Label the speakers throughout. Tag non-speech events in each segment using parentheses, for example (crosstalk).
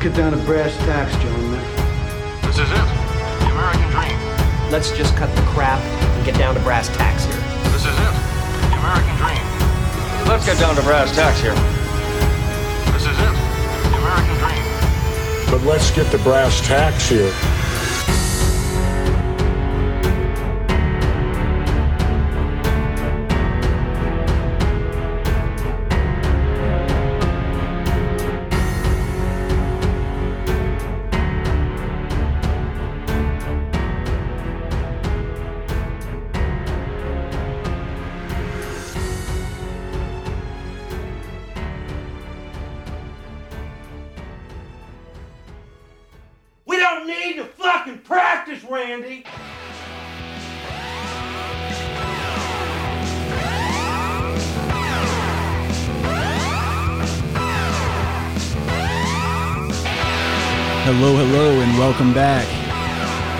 Speaker 1: get down to brass tacks, gentlemen.
Speaker 2: This is it. The American dream.
Speaker 3: Let's just cut the crap and get down to brass tacks here.
Speaker 2: This is it. The American dream.
Speaker 4: Let's get down to brass tacks here.
Speaker 2: This is it. The American dream.
Speaker 5: But let's get the brass tacks here.
Speaker 6: We don't need to fucking practice, Randy.
Speaker 7: Hello, hello, and welcome back.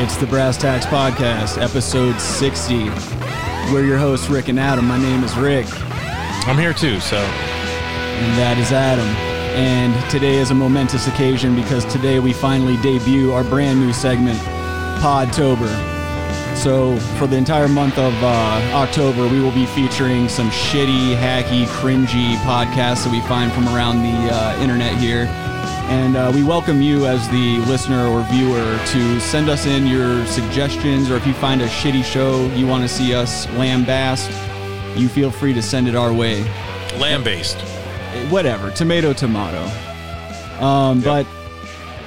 Speaker 7: It's the Brass Tax Podcast, episode 60. We're your hosts, Rick and Adam. My name is Rick,
Speaker 8: I'm here too, so
Speaker 7: and that is Adam. And today is a momentous occasion because today we finally debut our brand new segment, Podtober. So, for the entire month of uh, October, we will be featuring some shitty, hacky, cringy podcasts that we find from around the uh, internet here. And uh, we welcome you as the listener or viewer to send us in your suggestions, or if you find a shitty show you want to see us lambast, you feel free to send it our way
Speaker 8: lamb based.
Speaker 7: whatever tomato tomato um but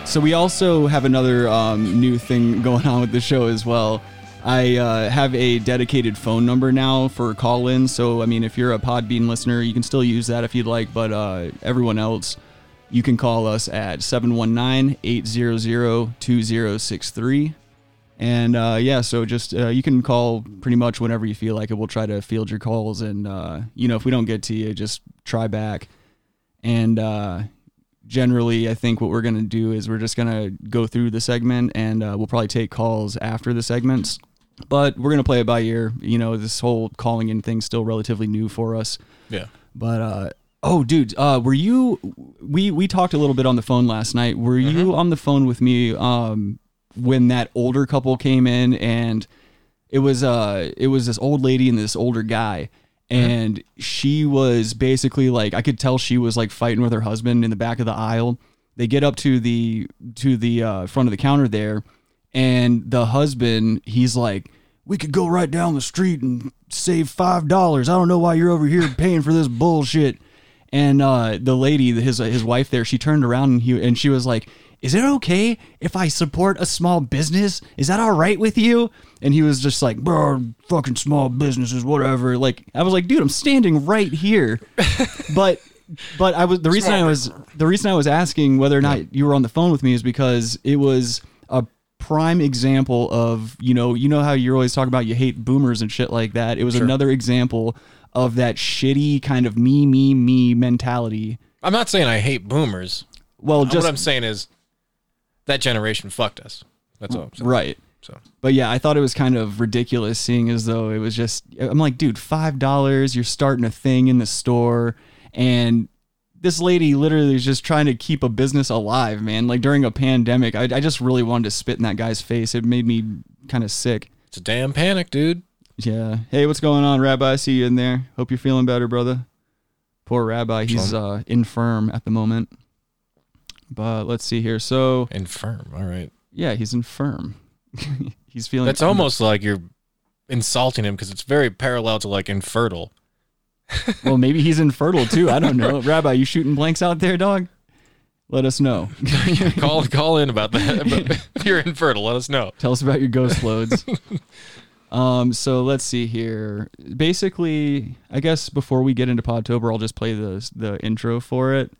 Speaker 7: so we also have another um, new thing (laughs) going on with the show as well i uh, have a dedicated phone number now for call-in so i mean if you're a podbean listener you can still use that if you'd like but uh, everyone else you can call us at 719-800-2063 and uh, yeah, so just uh, you can call pretty much whenever you feel like it. We'll try to field your calls, and uh, you know if we don't get to you, just try back. And uh, generally, I think what we're gonna do is we're just gonna go through the segment, and uh, we'll probably take calls after the segments. But we're gonna play it by ear. You know, this whole calling in thing's still relatively new for us.
Speaker 8: Yeah.
Speaker 7: But uh, oh, dude, uh, were you? We we talked a little bit on the phone last night. Were you on the phone with me um, when that older couple came in and it was uh it was this old lady and this older guy and she was basically like I could tell she was like fighting with her husband in the back of the aisle. They get up to the to the uh, front of the counter there and the husband he's like we could go right down the street and save five dollars. I don't know why you're over here paying for this bullshit. And uh, the lady, his his wife there, she turned around and he and she was like, "Is it okay if I support a small business? Is that all right with you?" And he was just like, "Bro, fucking small businesses, whatever." Like I was like, "Dude, I'm standing right here," but. But I was the reason I was the reason I was asking whether or not you were on the phone with me is because it was a prime example of you know you know how you're always talking about you hate boomers and shit like that. It was another example of that shitty kind of me me me mentality.
Speaker 8: I'm not saying I hate boomers.
Speaker 7: Well, just
Speaker 8: what I'm saying is that generation fucked us. That's all I'm saying.
Speaker 7: right.
Speaker 8: So
Speaker 7: But yeah, I thought it was kind of ridiculous seeing as though it was just I'm like, dude, five dollars, you're starting a thing in the store and this lady literally is just trying to keep a business alive, man. Like during a pandemic, I, I just really wanted to spit in that guy's face. It made me kind of sick.
Speaker 8: it's a damn panic, dude.
Speaker 7: Yeah. Hey, what's going on, Rabbi? I see you in there. Hope you're feeling better, brother. Poor Rabbi, he's uh, infirm at the moment. But let's see here. So
Speaker 8: Infirm. All right.
Speaker 7: yeah, he's infirm. (laughs) he's feeling.
Speaker 8: That's almost like you're insulting him because it's very parallel to like infertile. (laughs)
Speaker 7: Well, maybe he's infertile too. I don't know. Rabbi, you shooting blanks out there, dog? Let us know.
Speaker 8: call call in about that. (laughs) But if you're infertile, let us know.
Speaker 7: Tell us about your ghost loads. um, so let's see here. Basically, I guess before we get into Podtober, I'll just play the the intro for it,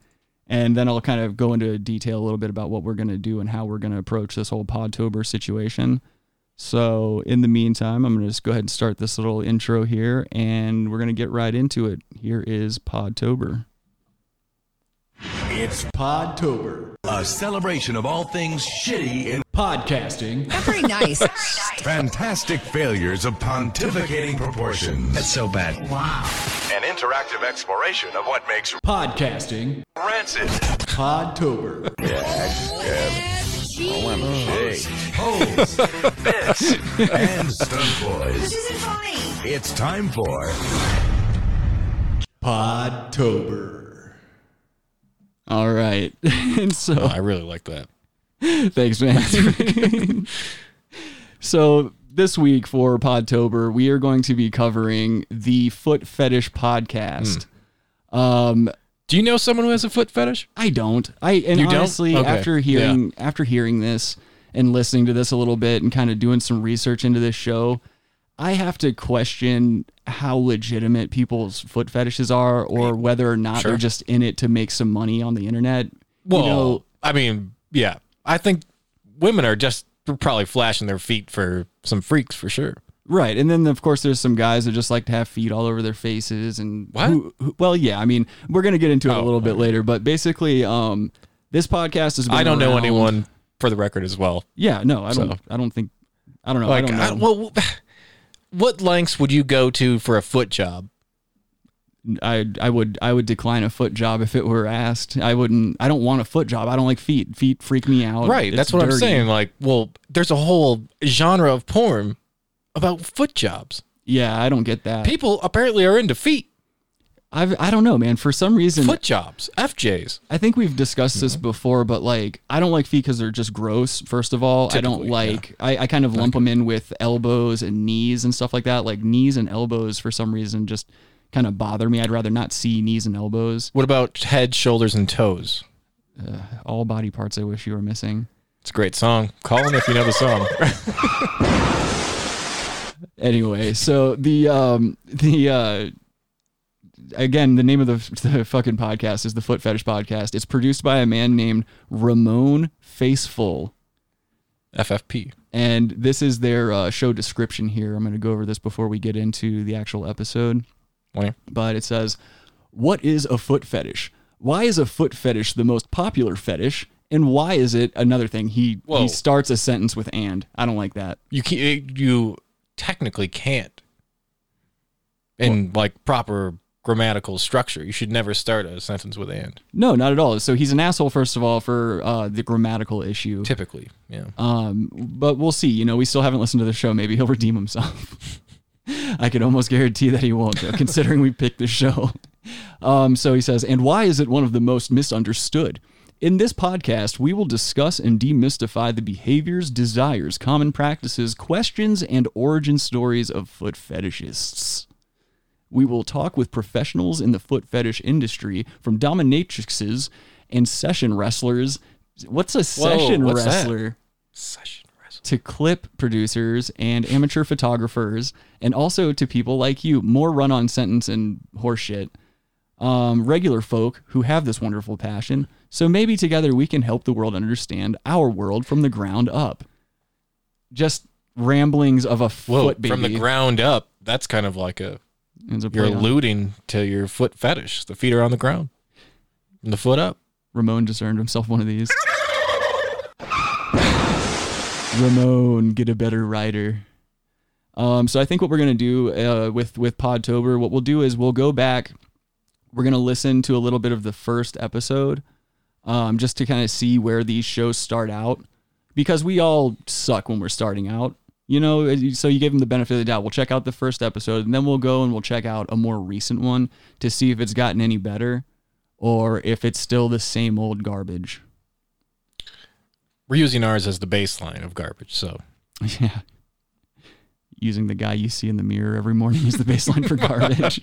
Speaker 7: and then I'll kind of go into detail a little bit about what we're gonna do and how we're gonna approach this whole Podtober situation. So in the meantime, I'm gonna just go ahead and start this little intro here, and we're gonna get right into it. Here is Podtober. It's Podtober.
Speaker 9: A celebration of all things shitty and
Speaker 7: Podcasting.
Speaker 10: Pretty nice.
Speaker 9: fantastic failures of pontificating proportions. That's so bad. Wow. An interactive exploration of what makes
Speaker 7: Podcasting.
Speaker 9: rancid.
Speaker 7: Podtober.
Speaker 9: OMG. Holes, bits, and stunt boys.
Speaker 10: This isn't funny.
Speaker 9: It's time for
Speaker 7: Podtober. All right. (laughs) and so
Speaker 8: I really like that.
Speaker 7: thanks, man. (laughs) so this week for Podtober, we are going to be covering the Foot Fetish podcast. Um,
Speaker 8: Do you know someone who has a foot fetish?
Speaker 7: I don't. I and
Speaker 8: You don't?
Speaker 7: honestly,
Speaker 8: Okay.
Speaker 7: after hearing after hearing this and listening to this a little bit and kind of doing some research into this show, I have to question how legitimate people's foot fetishes are, or whether or not
Speaker 8: Sure.
Speaker 7: they're just in it to make some money on the internet.
Speaker 8: Well,
Speaker 7: you know,
Speaker 8: I mean, yeah. I think women are just probably flashing their feet for some freaks for sure.
Speaker 7: right. And then of course there's some guys that just like to have feet all over their faces and
Speaker 8: What?
Speaker 7: who- who- well, yeah. I mean, we're gonna get into it a
Speaker 8: Oh,
Speaker 7: little bit later, but basically, um, this podcast is.
Speaker 8: I don't know anyone for the record as well.
Speaker 7: Yeah, no, I don't.
Speaker 8: So.
Speaker 7: I don't think. I don't know.
Speaker 8: Like,
Speaker 7: I don't know.
Speaker 8: I- well, what lengths would you go to for a foot job?
Speaker 7: I I would I would decline a foot job if it were asked. I wouldn't. I don't want a foot job. I don't like feet. Feet freak me out.
Speaker 8: right.
Speaker 7: It's
Speaker 8: That's what I'm
Speaker 7: dirty.
Speaker 8: saying. Like, well, there's a whole genre of porn about foot jobs.
Speaker 7: Yeah, I don't get that.
Speaker 8: People apparently are into feet,
Speaker 7: I've, I don't know, man. For some reason,
Speaker 8: foot Mm-hmm. jobs, FJs.
Speaker 7: I think we've discussed this before, but like I don't like feet because they're just gross. First of all, I don't
Speaker 8: Typically,
Speaker 7: like. I, I kind of lump them in with elbows and knees and stuff like that. Like knees and elbows for some reason just kind of bother me. I'd rather not see knees and elbows.
Speaker 8: What about head, shoulders, and toes?
Speaker 7: All body parts I wish you were missing.
Speaker 8: It's a great song. Call in if you know the song. (laughs)
Speaker 7: anyway, so the um the uh again the name of the, the fucking podcast is the Foot Fetish Podcast. It's produced by a man named Ramon Faceful,
Speaker 8: FFP.
Speaker 7: and this is their uh, show description here. I'm going to go over this before we get into the actual episode
Speaker 8: Wait.
Speaker 7: but it says, What is a foot fetish? Why is a foot fetish the most popular fetish? And why is it another thing? He
Speaker 8: Whoa.
Speaker 7: he starts a sentence with and. I don't like that.
Speaker 8: You can, you technically can't in like proper grammatical structure. You should never start a sentence with and.
Speaker 7: No, not at all. So he's an asshole, first of all, for uh, the grammatical issue.
Speaker 8: Typically, yeah.
Speaker 7: Um, but we'll see. You know, we still haven't listened to the show. Maybe he'll redeem himself. (laughs) I could almost guarantee that he won't, though, considering we picked the show. Um, so he says, and why is it one of the most misunderstood? In this podcast, we will discuss and demystify the behaviors, desires, common practices, questions, and origin stories of foot fetishists. We will talk with professionals in the foot fetish industry, from dominatrixes and session wrestlers. What's a session
Speaker 8: what's that?
Speaker 7: wrestler?
Speaker 8: Session wrestling.
Speaker 7: to clip producers and amateur photographers, and also to people like you. More run on sentence and horseshit. Um, regular folk who have this wonderful passion. So maybe together we can help the world understand our world from the ground up. Just ramblings of a
Speaker 8: Whoa,
Speaker 7: foot baby.
Speaker 8: from the ground up, that's kind of like a
Speaker 7: It's a
Speaker 8: you're
Speaker 7: play on-
Speaker 8: alluding to your foot fetish. The feet are on the ground, and the foot up.
Speaker 7: Ramon just earned himself one of these. (sighs) Ramon, get a better writer. Um, so I think what we're gonna do uh, with with Podtober, what we'll do is we'll go back. We're gonna listen to a little bit of the first episode, um, just to kind of see where these shows start out, because we all suck when we're starting out. You know, as you- so you give them the benefit of the doubt. We'll check out the first episode, and then we'll go and we'll check out a more recent one to see if it's gotten any better or if it's still the same old garbage.
Speaker 8: We're using ours as the baseline of garbage, so
Speaker 7: Yeah. Using the guy you see in the mirror every morning is the baseline for garbage.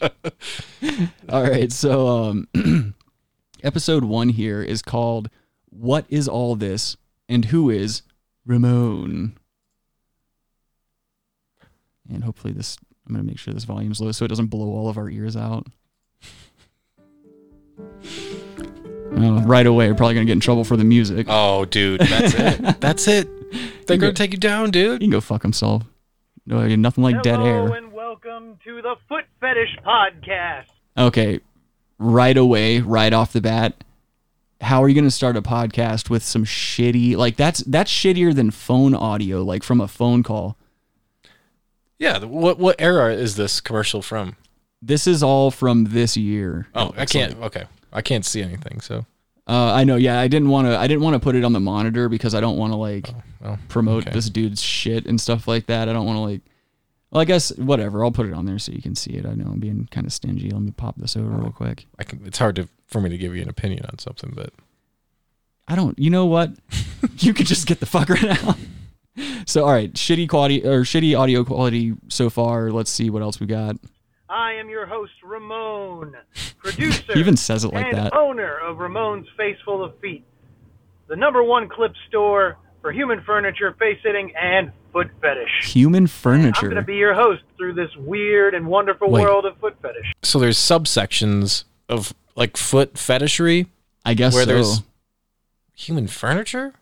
Speaker 7: (laughs) All right. So, um, (clears throat) episode one here is called What is All This and Who is Ramon? And hopefully, this, I'm going to make sure this volume's low so it doesn't blow all of our ears out. Oh, right away, we're probably going to get in trouble for the music.
Speaker 8: Oh, dude, that's it. (laughs) that's it. They're gonna take you down, dude.
Speaker 7: He can go fuck himself. No, nothing like dead air.
Speaker 6: and welcome to the Foot Fetish Podcast.
Speaker 7: okay, right away, right off the bat, how are you going to start a podcast with some shitty like that's that's shittier than phone audio, like from a phone call.
Speaker 8: Yeah. the- What what era is this commercial from?
Speaker 7: This is all from this year.
Speaker 8: Oh, I can't. Okay, I can't see anything. So
Speaker 7: Uh, I know. Yeah, I didn't want to. I didn't want to put it on the monitor because I don't want to like promote this dude's shit and stuff like that. I don't want to like. Well, I guess whatever. I'll put it on there so you can see it. I know I'm being kind of stingy. Let me pop this over real quick.
Speaker 8: I can, it's hard to for me to give you an opinion on something, but
Speaker 7: I don't. You know
Speaker 8: (laughs)
Speaker 7: what? you could just get the fuck right out. So all right, shitty quality or shitty audio quality so far. Let's see what else we got.
Speaker 10: I am your host, Ramon, producer
Speaker 7: He even says it like
Speaker 10: and
Speaker 7: that.
Speaker 10: owner of Ramon's Faceful of Feet, the number one clip store for human furniture, face sitting, and foot fetish.
Speaker 7: Human
Speaker 10: I'm going to
Speaker 7: furniture.
Speaker 10: be your host through this weird and wonderful
Speaker 8: Wait.
Speaker 10: world of foot fetish.
Speaker 8: so there's subsections of like foot fetishery
Speaker 7: I guess
Speaker 8: where
Speaker 7: so.
Speaker 8: there's human furniture.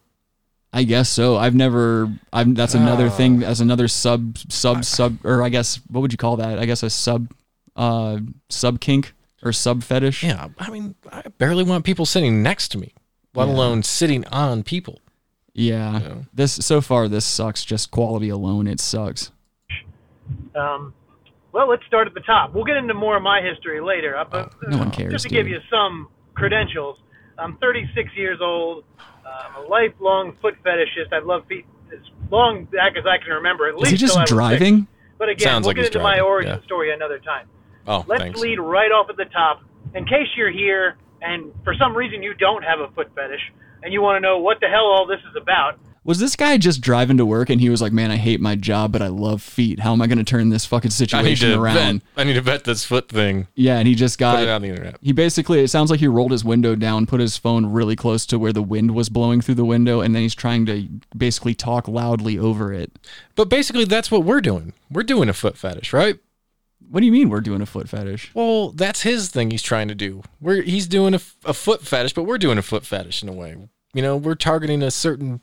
Speaker 7: I guess so. I've never. I'm. That's another
Speaker 8: Uh.
Speaker 7: thing. That's another sub sub sub. Or I guess what would you call that? I guess a sub, uh, sub kink or sub fetish.
Speaker 8: Yeah, I mean, I barely want people sitting next to me, let alone sitting on people.
Speaker 7: Yeah. This so far this sucks. Just quality alone, it sucks.
Speaker 10: Um, well, let's start at the top. We'll get into more of my history later. Uh, But
Speaker 7: no one
Speaker 10: uh,
Speaker 7: cares,
Speaker 10: Just to
Speaker 7: dude.
Speaker 10: give you some credentials, I'm 36 years old. Uh, I'm a lifelong foot fetishist. I've loved feet as long back as I can remember. At
Speaker 7: Is
Speaker 10: least
Speaker 7: he just
Speaker 10: till I was
Speaker 7: driving?
Speaker 10: six. But again,
Speaker 8: Sounds
Speaker 10: we'll
Speaker 8: like
Speaker 10: get
Speaker 8: he's
Speaker 10: into my
Speaker 8: driving,
Speaker 10: origin
Speaker 8: yeah.
Speaker 10: story another time.
Speaker 8: Oh,
Speaker 10: Let's
Speaker 8: thanks.
Speaker 10: lead right off at the top. In case you're here and for some reason you don't have a foot fetish and you want to know what the hell all this is about,
Speaker 7: Was this guy just driving to work and he was like, "Man, I hate my job, but I love feet. How am I going to turn this fucking
Speaker 8: I need
Speaker 7: situation
Speaker 8: to
Speaker 7: around?" Uh,
Speaker 8: vet. I need to vet this foot thing.
Speaker 7: Yeah, and he just got
Speaker 8: Put it on the internet.
Speaker 7: He basically, it sounds like he rolled his window down, put his phone really close to where the wind was blowing through the window, and then he's trying to basically talk loudly over it.
Speaker 8: But basically, that's what we're doing. We're doing a foot fetish, right?
Speaker 7: What do you mean we're doing a foot fetish?
Speaker 8: Well, that's his thing he's trying to do. We're he's doing a, f- a foot fetish, but we're doing a foot fetish in a way. You know, we're targeting a certain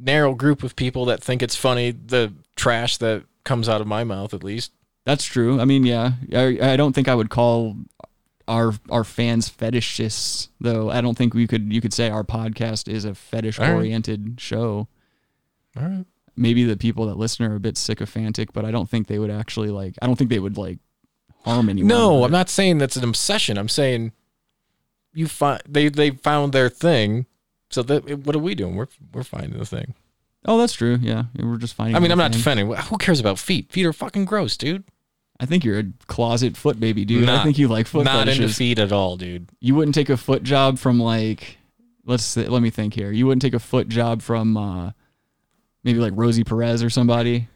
Speaker 8: narrow group of people that think it's funny the trash that comes out of my mouth at least.
Speaker 7: That's true. I mean, yeah, I, I don't think I would call our our fans fetishists though. I don't think we could you could say our podcast is a fetish oriented show.
Speaker 8: All right.
Speaker 7: Maybe the people that listen are a bit sycophantic, but I don't think they would actually like. I don't think they would like harm anyone.
Speaker 8: No,
Speaker 7: with
Speaker 8: I'm
Speaker 7: it.
Speaker 8: not saying that's an obsession. I'm saying you find they they found their thing. So that what are we doing? We're we're finding the thing.
Speaker 7: Oh, that's true. Yeah, we're just finding.
Speaker 8: I mean, I'm not
Speaker 7: anything.
Speaker 8: defending. Who cares about feet? Feet are fucking gross, dude.
Speaker 7: I think you're a closet foot baby, dude. I
Speaker 8: Not-
Speaker 7: think you like foot
Speaker 8: Not
Speaker 7: fetishes.
Speaker 8: into feet at all, dude.
Speaker 7: You wouldn't take a foot job from like, let's th- let me think here. You wouldn't take a foot job from uh, maybe like Rosie Perez or
Speaker 8: (laughs)
Speaker 7: somebody.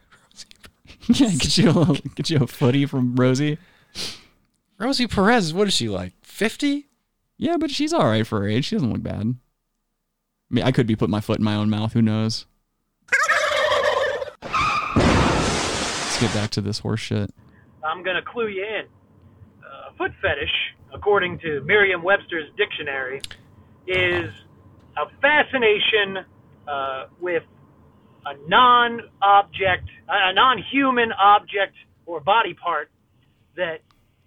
Speaker 7: (laughs) yeah, get you a, get you a footy from Rosie.
Speaker 8: Rosie Perez, what is she like? 50?
Speaker 7: Yeah, but she's all right for her age. She doesn't look bad. I mean, I could be putting my foot in my own mouth. Who knows? Let's get back to this horse shit.
Speaker 10: I'm going to clue you in. Uh, foot fetish, according to Merriam Webster's dictionary, is a fascination uh, with a non object, a non human object or body part that.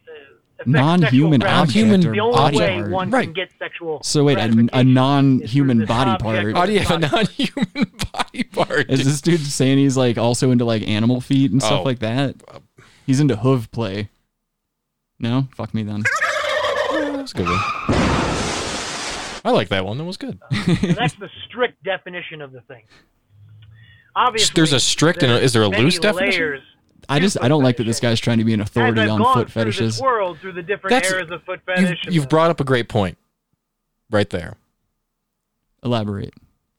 Speaker 10: Uh, affects sexual
Speaker 7: Non-human
Speaker 10: gratification.
Speaker 8: object or
Speaker 10: The only
Speaker 8: body
Speaker 10: way
Speaker 7: part.
Speaker 10: one
Speaker 8: Right.
Speaker 10: can get sexual.
Speaker 7: So wait, a- a
Speaker 10: gratification is
Speaker 7: non-human
Speaker 10: through this
Speaker 7: body
Speaker 10: object
Speaker 7: part.
Speaker 10: or
Speaker 8: How do you have a (laughs)
Speaker 10: body
Speaker 8: non human body part?
Speaker 7: Is this dude saying he's like also into like animal feet and stuff
Speaker 8: Oh.
Speaker 7: like that? He's into hoof play. No, fuck me then.
Speaker 8: That's a good one. I like that one. That was good.
Speaker 10: So that's the strict definition of the thing. Obviously,
Speaker 8: There's a strict and a- is there a
Speaker 10: many
Speaker 8: loose definition?
Speaker 10: layers
Speaker 7: I just I don't like that this guy's trying to be an authority
Speaker 10: As I've
Speaker 7: on
Speaker 10: gone
Speaker 7: foot
Speaker 10: through this
Speaker 7: fetishes.
Speaker 10: world through the different
Speaker 8: That's-
Speaker 10: eras of foot
Speaker 8: You've,
Speaker 10: fetish. and
Speaker 8: you've
Speaker 10: the-
Speaker 8: brought up a great point right there.
Speaker 7: Elaborate.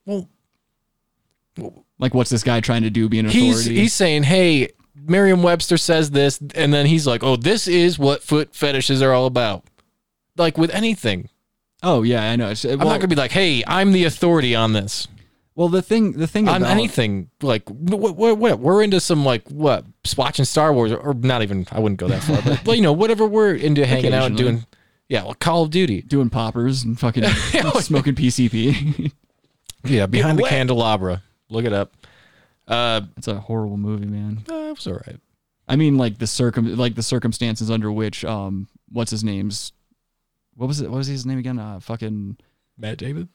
Speaker 8: Well,
Speaker 7: Like what's this guy trying to do? Be an authority?
Speaker 8: he's, he's saying, hey, Merriam Webster says this, and then he's like, oh, this is what foot fetishes are all about. Like with anything,
Speaker 7: oh yeah, I know. It's, well,
Speaker 8: I'm not going to be like, hey, I'm the authority on this.
Speaker 7: well, the thing the thing
Speaker 8: on
Speaker 7: about
Speaker 8: anything like what, what, what we're into some like what watching Star Wars or, or not even I wouldn't go that far but (laughs) well, you know whatever we're into hanging out and
Speaker 7: Occasionally.
Speaker 8: doing yeah well, Call of Duty
Speaker 7: doing poppers and fucking smoking PCP.
Speaker 8: (laughs) yeah behind the candelabra look it up uh,
Speaker 7: That's a horrible movie, man.
Speaker 8: uh it was all right
Speaker 7: I mean, like the circum like the circumstances under which um what's his name's what was it? What was his name again? Uh, fucking
Speaker 8: Matt David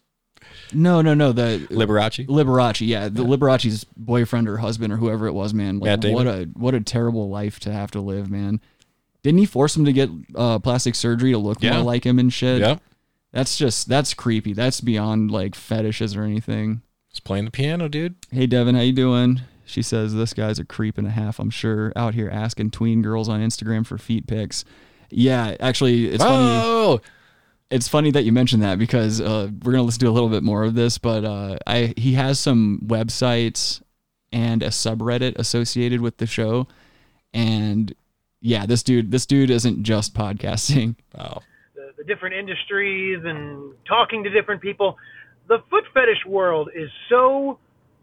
Speaker 7: no, no, no. The
Speaker 8: Liberace
Speaker 7: Liberace, yeah, the Liberace's boyfriend or husband or whoever it was, man. Like
Speaker 8: Matt Damon.
Speaker 7: what a what a terrible life to have to live, man. Didn't he force him to get uh, plastic surgery to look
Speaker 8: Yeah.
Speaker 7: more like him and shit?
Speaker 8: yeah
Speaker 7: That's just that's creepy. That's beyond like fetishes or anything.
Speaker 8: He's playing the piano, dude.
Speaker 7: Hey Devin, how you doing? She says this guy's a creep and a half, I'm sure, out here asking tween girls on Instagram for feet pics. Yeah, actually it's funny
Speaker 8: oh,
Speaker 7: it's funny that you mentioned that because uh, we're gonna listen to a little bit more of this, but uh, I he has some websites and a subreddit associated with the show, and yeah, this dude this dude isn't just podcasting.
Speaker 8: oh,
Speaker 10: the, the different industries and talking to different people. The foot fetish world is so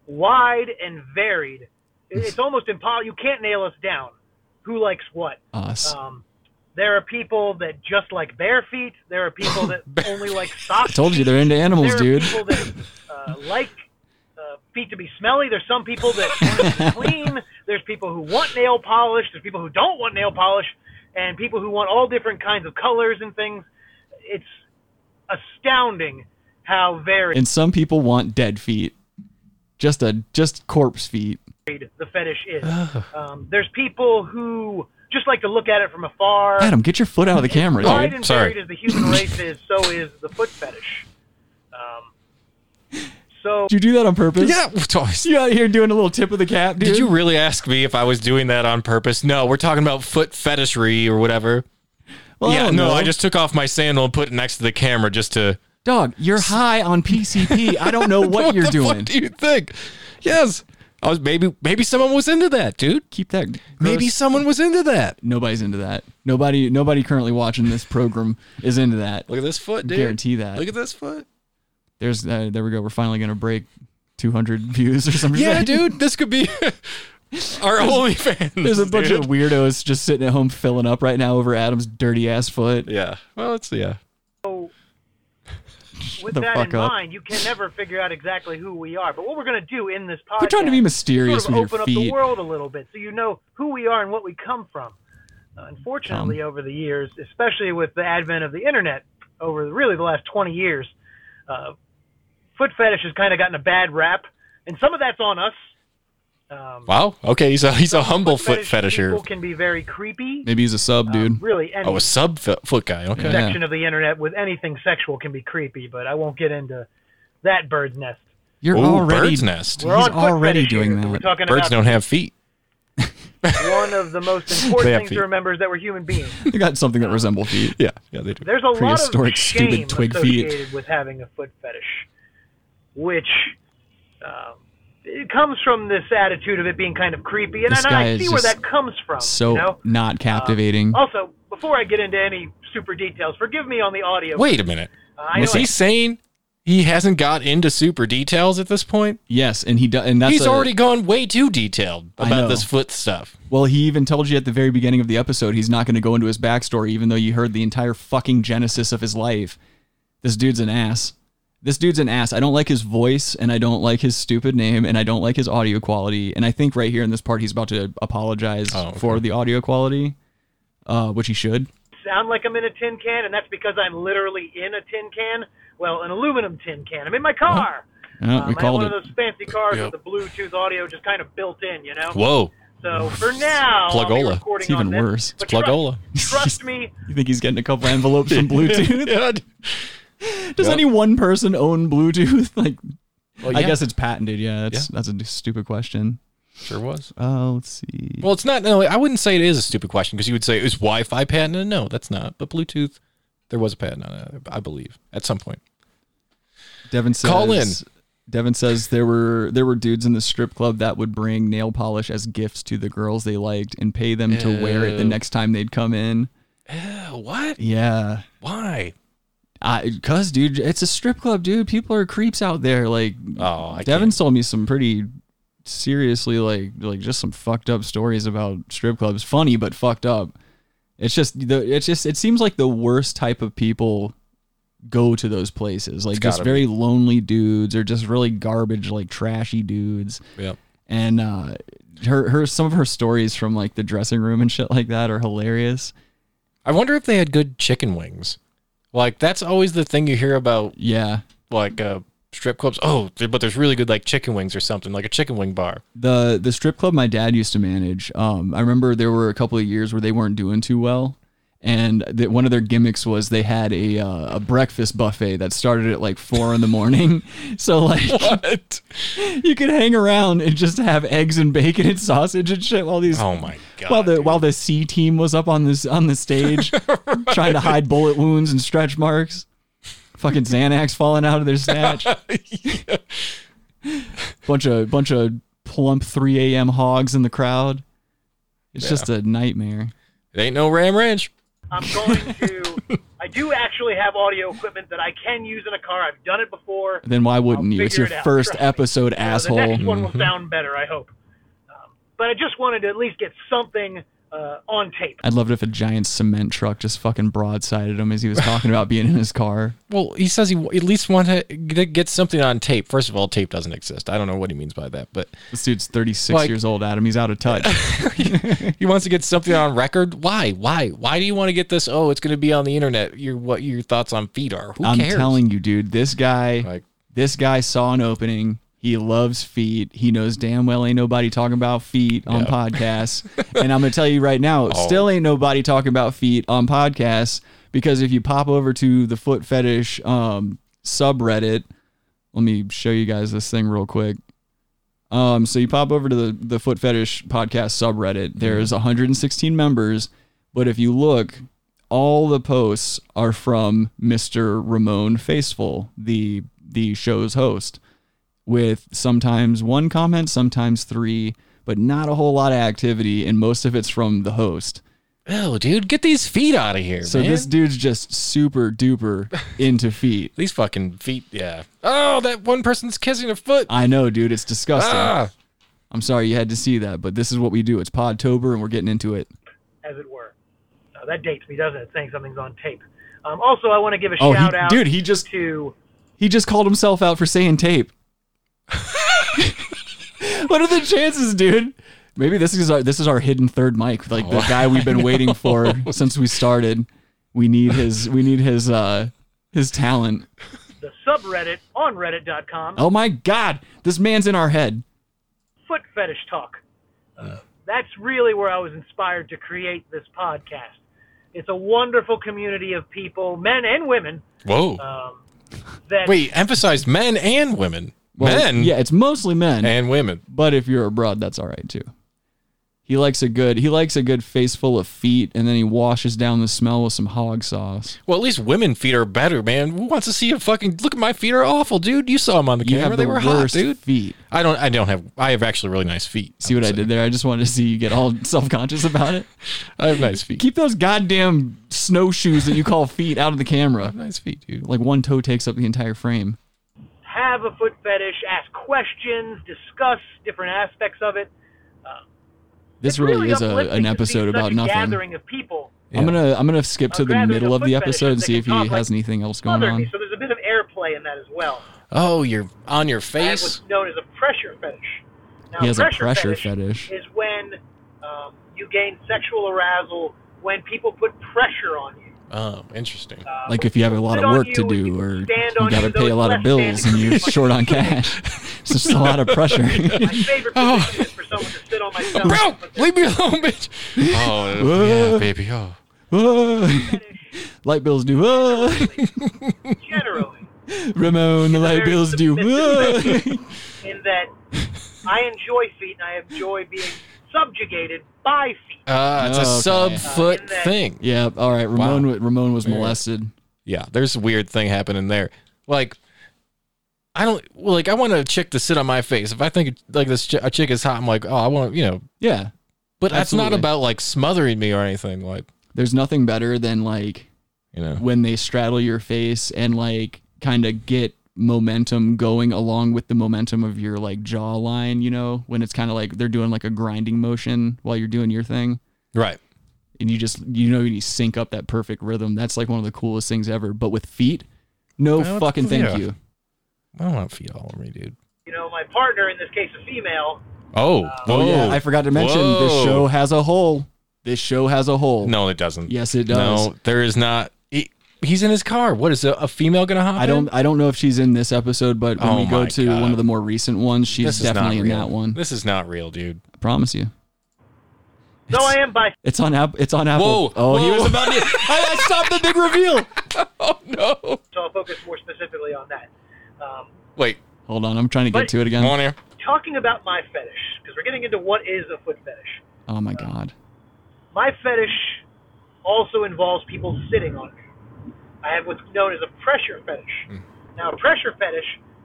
Speaker 10: wide and varied. It- It's almost impossible. You can't nail us down. Who likes what?
Speaker 7: Us,
Speaker 10: Um, there are people that just like bare feet. There are
Speaker 7: (laughs)
Speaker 10: people that only like socks.
Speaker 7: told you they're into animals,
Speaker 10: there are
Speaker 7: dude.
Speaker 10: people that uh, like uh, feet to be smelly. There's some people that (laughs) want to be clean. There's people who want nail polish. There's people who don't want nail polish, and people who want all different kinds of colors and things. It's astounding how varied
Speaker 7: And some people want dead feet, just a just corpse feet.
Speaker 10: the fetish is. Um, there's people who just like to look at it from afar.
Speaker 7: Adam, get your foot out of the camera.
Speaker 10: Wide
Speaker 7: dude.
Speaker 10: and
Speaker 8: sorry.
Speaker 10: varied as the human race is, so is the foot fetish. Um, so
Speaker 7: Did you do that on purpose?
Speaker 8: yeah. Toys.
Speaker 7: You out here doing a little tip of the cap, dude?
Speaker 8: Did you really ask me if I was doing that on purpose? No, we're talking about foot fetishry or whatever.
Speaker 7: Well,
Speaker 8: yeah,
Speaker 7: don't
Speaker 8: no,
Speaker 7: know.
Speaker 8: I just took off my sandal and put it next to the camera just to.
Speaker 7: dog. You're high on PCP. I
Speaker 8: (laughs)
Speaker 7: don't know what, you're
Speaker 8: the
Speaker 7: doing.
Speaker 8: Fuck do you think? Yes, I was maybe maybe someone was into that, dude.
Speaker 7: Keep that. gross-
Speaker 8: Maybe someone was into that.
Speaker 7: nobody's into that. Nobody, nobody currently watching this program is into that.
Speaker 8: Look at this foot, dude.
Speaker 7: Guarantee that.
Speaker 8: Look at
Speaker 7: (laughs)
Speaker 8: this foot.
Speaker 7: There's, uh, there we go. We're finally gonna break 200 views or something.
Speaker 8: Yeah, dude, this could be (laughs) our OnlyFans.
Speaker 7: (laughs) There's
Speaker 8: (laughs)
Speaker 7: a bunch
Speaker 8: dude.
Speaker 7: of weirdos just sitting at home filling up right now over Adam's dirty ass foot.
Speaker 8: Yeah. Well, it's yeah.
Speaker 7: (laughs)
Speaker 10: with
Speaker 7: the
Speaker 10: that
Speaker 7: fuck
Speaker 10: in
Speaker 7: up.
Speaker 10: mind, you can never figure out exactly who we are. But what we're going to do in this podcast,
Speaker 7: We're trying to be mysterious
Speaker 10: sort of open
Speaker 7: with your
Speaker 10: up the
Speaker 7: feet.
Speaker 10: world a little bit, so you know who we are and what we come from. Uh, unfortunately, over the years, especially with the advent of the internet, over really the last 20 years, uh, foot fetish has kind of gotten a bad rap, and some of that's on us. Um,
Speaker 8: Wow. Okay, he's a he's a humble foot
Speaker 10: People
Speaker 8: fetisher.
Speaker 10: can be very creepy.
Speaker 7: Maybe he's a sub, dude.
Speaker 10: Really, any
Speaker 8: Oh, a sub fe- foot guy. Okay.
Speaker 7: Yeah.
Speaker 10: section of the internet with anything sexual can be creepy, but I won't get into that bird's nest.
Speaker 7: You're
Speaker 8: Ooh,
Speaker 7: already
Speaker 8: bird's nest.
Speaker 10: We're
Speaker 7: He's
Speaker 10: on foot
Speaker 7: already
Speaker 10: fetish
Speaker 7: doing
Speaker 10: here,
Speaker 7: that.
Speaker 10: We're talking
Speaker 8: Birds
Speaker 10: about
Speaker 8: don't have feet.
Speaker 10: one of the
Speaker 7: (laughs)
Speaker 10: most
Speaker 8: They
Speaker 10: important
Speaker 8: have
Speaker 10: things
Speaker 8: feet.
Speaker 10: to remember is that we're human beings.
Speaker 7: (laughs) You got something that resembles feet.
Speaker 8: Yeah. Yeah, they do.
Speaker 10: There's a lot of
Speaker 7: Prehistoric
Speaker 10: shame
Speaker 7: stupid twig feet.
Speaker 10: associated with having a foot fetish, which um, it comes from this attitude of it being kind of creepy, and,
Speaker 7: This
Speaker 10: and
Speaker 7: guy
Speaker 10: I
Speaker 7: is
Speaker 10: see where
Speaker 7: just
Speaker 10: that comes from.
Speaker 7: So
Speaker 10: you know?
Speaker 7: not captivating.
Speaker 10: Also, before I get into any super details, forgive me on the audio.
Speaker 8: Wait a minute.
Speaker 10: Uh, I
Speaker 8: Is
Speaker 10: know
Speaker 8: he saying he hasn't got into super details at this point?
Speaker 7: yes, and he does, and that's
Speaker 8: he's
Speaker 7: a-
Speaker 8: already gone way too detailed
Speaker 7: I know.
Speaker 8: about this foot stuff.
Speaker 7: Well, he even told you at the very beginning of the episode he's not going to go into his backstory, even though you heard the entire fucking genesis of his life. This dude's an ass. This dude's an ass. I don't like his voice, and I don't like his stupid name, and I don't like his audio quality. And I think right here in this part, he's about to apologize
Speaker 8: Oh, okay.
Speaker 7: for the audio quality, uh, which he should.
Speaker 10: sound like I'm in a tin can, and that's because I'm literally in a tin can. Well, an aluminum tin can. I'm in my car.
Speaker 7: Yeah,
Speaker 10: Um,
Speaker 7: we
Speaker 10: I have
Speaker 7: called
Speaker 10: one
Speaker 7: it.
Speaker 10: of those fancy cars
Speaker 8: Yep.
Speaker 10: with the Bluetooth audio just kind of built in, you know.
Speaker 8: Whoa.
Speaker 10: So for now, I'll be
Speaker 8: Plugola.
Speaker 10: recording
Speaker 7: It's even
Speaker 10: on this,
Speaker 7: worse.
Speaker 10: but
Speaker 8: It's Plugola.
Speaker 10: Trust, trust me,
Speaker 7: You think he's getting a couple envelopes
Speaker 8: (laughs)
Speaker 7: from Bluetooth? Does
Speaker 8: Yep.
Speaker 7: any one person own Bluetooth? (laughs) Like,
Speaker 8: Well,
Speaker 7: I
Speaker 8: yeah,
Speaker 7: guess it's patented. Yeah, that's that's a stupid question.
Speaker 8: sure was.
Speaker 7: Uh, let's see.
Speaker 8: Well, it's not. No, I wouldn't say it is a stupid question because you would say is Wi-Fi patented? No, that's not. But Bluetooth, there was a patent on it, I believe, at some point.
Speaker 7: Devin says
Speaker 8: Call in.
Speaker 7: Devin says there were there were dudes in the strip club that would bring nail polish as gifts to the girls they liked and pay them to wear it the
Speaker 8: Ew.
Speaker 7: next time they'd come in.
Speaker 8: Oh, what?
Speaker 7: Yeah.
Speaker 8: Why?
Speaker 7: I, cause dude, it's a strip club, dude. People are creeps out there. Like
Speaker 8: Oh, I
Speaker 7: Devin
Speaker 8: can't.
Speaker 7: told me some pretty seriously like like just some fucked up stories about strip clubs. Funny but fucked up. It's just the it's just it seems like the worst type of people go to those places. Like just
Speaker 8: gotta
Speaker 7: very lonely dudes or just really garbage like trashy dudes.
Speaker 8: Yep.
Speaker 7: And uh her her some of her stories from like the dressing room and shit like that are hilarious.
Speaker 8: I wonder if they had good chicken wings. Like that's always the thing you hear about,
Speaker 7: Yeah.
Speaker 8: like uh, strip clubs. Oh, th- but there's really good like chicken wings or something, like a chicken wing bar.
Speaker 7: the the strip club my dad used to manage um i remember there were a couple of years where they weren't doing too well And that one of their gimmicks was they had a uh, a breakfast buffet that started at like four in
Speaker 8: (laughs)
Speaker 7: the morning. (laughs) So like
Speaker 8: What?
Speaker 7: (laughs) you could hang around and just have eggs and bacon and sausage and shit while these
Speaker 8: Oh my god.
Speaker 7: while the while the C team was up on this on the
Speaker 10: (laughs)
Speaker 7: stage trying to hide bullet wounds and stretch marks. Fucking Xanax falling out of their
Speaker 10: (laughs)
Speaker 7: snatch. Bunch of bunch of plump 3 a.m. hogs in the crowd. It's just a nightmare.
Speaker 8: it ain't no Ram Ranch.
Speaker 10: I'm
Speaker 7: (laughs)
Speaker 10: going to. I do actually have audio equipment that I can use in a car. I've done it before.
Speaker 7: Then why wouldn't
Speaker 10: I'll
Speaker 7: you? It's
Speaker 10: figure
Speaker 7: your
Speaker 10: it out,
Speaker 7: first
Speaker 10: trust me.
Speaker 7: episode,
Speaker 10: Uh, The next
Speaker 7: asshole. Mm-hmm.
Speaker 10: one will sound better, I hope. Um, but I just wanted to at least get something uh, on tape.
Speaker 7: I'd love it if a giant cement truck just fucking broadsided him as he was talking about being in his car.
Speaker 8: Well, he says he w- at least want to g- get something on tape. First of all, tape doesn't exist. I don't know what he means by that, but
Speaker 7: This dude's 36
Speaker 8: Like-
Speaker 7: years old, Adam. He's out
Speaker 10: (laughs)
Speaker 7: of touch.
Speaker 8: he wants to get something on record. Why? Why? Why do you want to get this? Oh, it's going to be on the internet. Your what your thoughts on feet are? Who
Speaker 7: I'm
Speaker 8: cares?
Speaker 7: telling you, dude, this guy
Speaker 8: Like-
Speaker 7: this guy saw an opening. He loves feet. He knows damn well ain't nobody talking about feet on podcasts. and I'm gonna tell you right now, still ain't nobody talking about feet on podcasts because if you pop over to the foot fetish um, subreddit, let me show you guys this thing real quick. Um, so you pop over to the the foot fetish podcast subreddit. There's 116 members, but if you look, all the posts are from Mr. Ramon Faceful, the the show's host, with sometimes one comment, sometimes three, but not a whole lot of activity, and most of it's from the host.
Speaker 8: Oh, dude, get these feet out of here,
Speaker 7: So
Speaker 8: man.
Speaker 7: this dude's just super
Speaker 8: (laughs)
Speaker 7: duper into feet.
Speaker 8: these fucking feet. Yeah. Oh, that one person's kissing a foot.
Speaker 7: I know, dude, it's disgusting.
Speaker 8: Ah.
Speaker 7: I'm sorry you had to see that, but this is what we do. It's Podtober, and we're getting into it.
Speaker 10: as it were. Uh, that dates me, doesn't it? Saying something's on tape. Um, also, I want to give a
Speaker 7: Oh, he-
Speaker 10: shout out,
Speaker 7: dude, he just-
Speaker 10: to
Speaker 7: He just called himself out for saying tape. (laughs) what are the chances, dude? Maybe this is our this is our hidden third mic, like
Speaker 8: Oh.
Speaker 7: the guy we've
Speaker 8: (laughs)
Speaker 7: been waiting for since we started. We need his we need his uh his talent.
Speaker 10: the subreddit on Reddit.com,
Speaker 7: Oh my god, this man's in our head.
Speaker 10: Foot Fetish Talk.
Speaker 7: Uh.
Speaker 10: Uh, That's really where I was inspired to create this podcast. It's a wonderful community of people, men and women,
Speaker 8: Whoa.
Speaker 10: um, that
Speaker 8: Wait, emphasize men and women.
Speaker 7: Well,
Speaker 8: men
Speaker 7: Yeah, it's mostly men.
Speaker 8: and women.
Speaker 7: but if you're abroad, that's all right too. He likes a good he likes a good face full of feet and then he washes down the smell with some hog sauce.
Speaker 8: Well, at least women feet are better, man. Who wants to see a fucking look at my feet are awful, dude? You saw them on the
Speaker 7: You
Speaker 8: camera;
Speaker 7: have
Speaker 8: they
Speaker 7: the
Speaker 8: were hot,
Speaker 7: worst
Speaker 8: dude.
Speaker 7: feet.
Speaker 8: I don't. I don't have. I have actually really nice feet.
Speaker 7: See what I
Speaker 8: would
Speaker 7: did there? I just wanted to see you get
Speaker 8: (laughs)
Speaker 7: all self conscious about it.
Speaker 8: say. I have nice feet.
Speaker 7: Keep those goddamn snowshoes that you call feet out of the camera.
Speaker 8: nice feet, dude.
Speaker 7: Like one toe takes up the entire frame.
Speaker 10: have a foot fetish, ask questions, discuss different aspects of it.
Speaker 7: This really is a,
Speaker 10: uplifting
Speaker 7: an
Speaker 10: to see
Speaker 7: episode
Speaker 10: such
Speaker 7: about
Speaker 10: a
Speaker 7: nothing.
Speaker 10: Gathering of people
Speaker 7: I'm gonna I'm gonna skip to
Speaker 10: A
Speaker 7: the
Speaker 10: gathering
Speaker 7: middle
Speaker 10: of
Speaker 7: of the
Speaker 10: foot
Speaker 7: episode and
Speaker 10: fetishes
Speaker 7: see
Speaker 10: that
Speaker 7: if he
Speaker 10: can talk
Speaker 7: has
Speaker 10: like
Speaker 7: anything else going
Speaker 10: smothered me,
Speaker 7: on.
Speaker 10: so there's a bit of airplay in that as well.
Speaker 8: Oh, you're on your
Speaker 10: I have
Speaker 8: face.
Speaker 10: what's known as a pressure fetish. Now,
Speaker 7: He has a pressure fetish.
Speaker 10: Is when um, you gain sexual arousal when people put pressure on you.
Speaker 8: Oh, interesting.
Speaker 7: Like if you have a lot
Speaker 10: Sit
Speaker 7: of
Speaker 10: on
Speaker 7: work
Speaker 10: you
Speaker 7: to
Speaker 10: and
Speaker 7: do
Speaker 10: you
Speaker 7: or you
Speaker 10: stand on
Speaker 7: gotta
Speaker 10: you,
Speaker 7: pay
Speaker 10: those
Speaker 7: a lot of
Speaker 10: left
Speaker 7: bills and
Speaker 10: standing (laughs)
Speaker 7: you're
Speaker 10: people.
Speaker 7: short
Speaker 10: (laughs)
Speaker 7: on cash. It's just a lot of pressure. (laughs)
Speaker 10: My favorite position is for someone to sit on my stomach. (laughs)
Speaker 8: Bro, leave me alone,
Speaker 7: (laughs)
Speaker 8: bitch. Oh, yeah, baby. Oh,
Speaker 7: Whoa. light bills do. (laughs) Whoa.
Speaker 10: Generally,
Speaker 7: Ramon, the light bills do. Whoa. (laughs)
Speaker 10: in that I enjoy feet and I enjoy being subjugated by feet.
Speaker 8: uh, it's a
Speaker 7: Okay.
Speaker 8: sub foot
Speaker 10: that-
Speaker 8: thing.
Speaker 7: Yeah. All right. Ramon. wa- Ramon was molested.
Speaker 8: yeah, there's a weird thing happening there. Like, I don't well, like. I want a chick to sit on my face. If I think like this, chi- a chick is hot, I'm like, oh, I want you know.
Speaker 7: Yeah.
Speaker 8: But that's
Speaker 7: Absolutely.
Speaker 8: not about like smothering me or anything. Like,
Speaker 7: There's nothing better than like
Speaker 8: you know,
Speaker 7: when they straddle your face and like kind of get momentum going along with the momentum of your like jawline. You know, when it's kind of like they're doing like a grinding motion while you're doing your thing,
Speaker 8: right?
Speaker 7: and you just you know you sync up that perfect rhythm. That's like one of the coolest things ever. But with feet, no
Speaker 8: it's-
Speaker 7: fucking thank
Speaker 8: yeah.
Speaker 7: you.
Speaker 8: I don't want feet all over me, dude.
Speaker 10: You know, my partner, in this case a female,
Speaker 8: Oh,
Speaker 7: Oh yeah, I forgot to mention this
Speaker 8: Whoa.
Speaker 7: show has a hole. This show has a hole.
Speaker 8: No, it doesn't.
Speaker 7: Yes, it does.
Speaker 8: No, there is not. he- he's in his car. What is a, a female gonna hop?
Speaker 7: I don't. I don't know if she's in this episode, but when
Speaker 8: Oh
Speaker 7: we go
Speaker 8: my
Speaker 7: to
Speaker 8: God.
Speaker 7: one of the more recent ones,
Speaker 8: In?
Speaker 7: she's definitely in that one.
Speaker 8: This is not real, dude.
Speaker 7: I promise you.
Speaker 10: So I am by
Speaker 7: It's on Apple. It's on Apple.
Speaker 8: Whoa.
Speaker 7: Oh, he
Speaker 8: Whoa.
Speaker 7: was about to. I, I stopped the big reveal.
Speaker 8: No.
Speaker 10: so I'll focus more specifically on that. Um,
Speaker 8: (laughs) Wait.
Speaker 7: Hold on, I'm trying to get
Speaker 10: But-
Speaker 7: to it
Speaker 8: Come on
Speaker 7: again.
Speaker 8: here.
Speaker 10: talking about my fetish, because we're getting into what is a foot fetish.
Speaker 7: Oh my god.
Speaker 10: My fetish also involves people sitting on me. I have what's known as a pressure fetish.
Speaker 7: Hmm.
Speaker 10: Now, a pressure fetish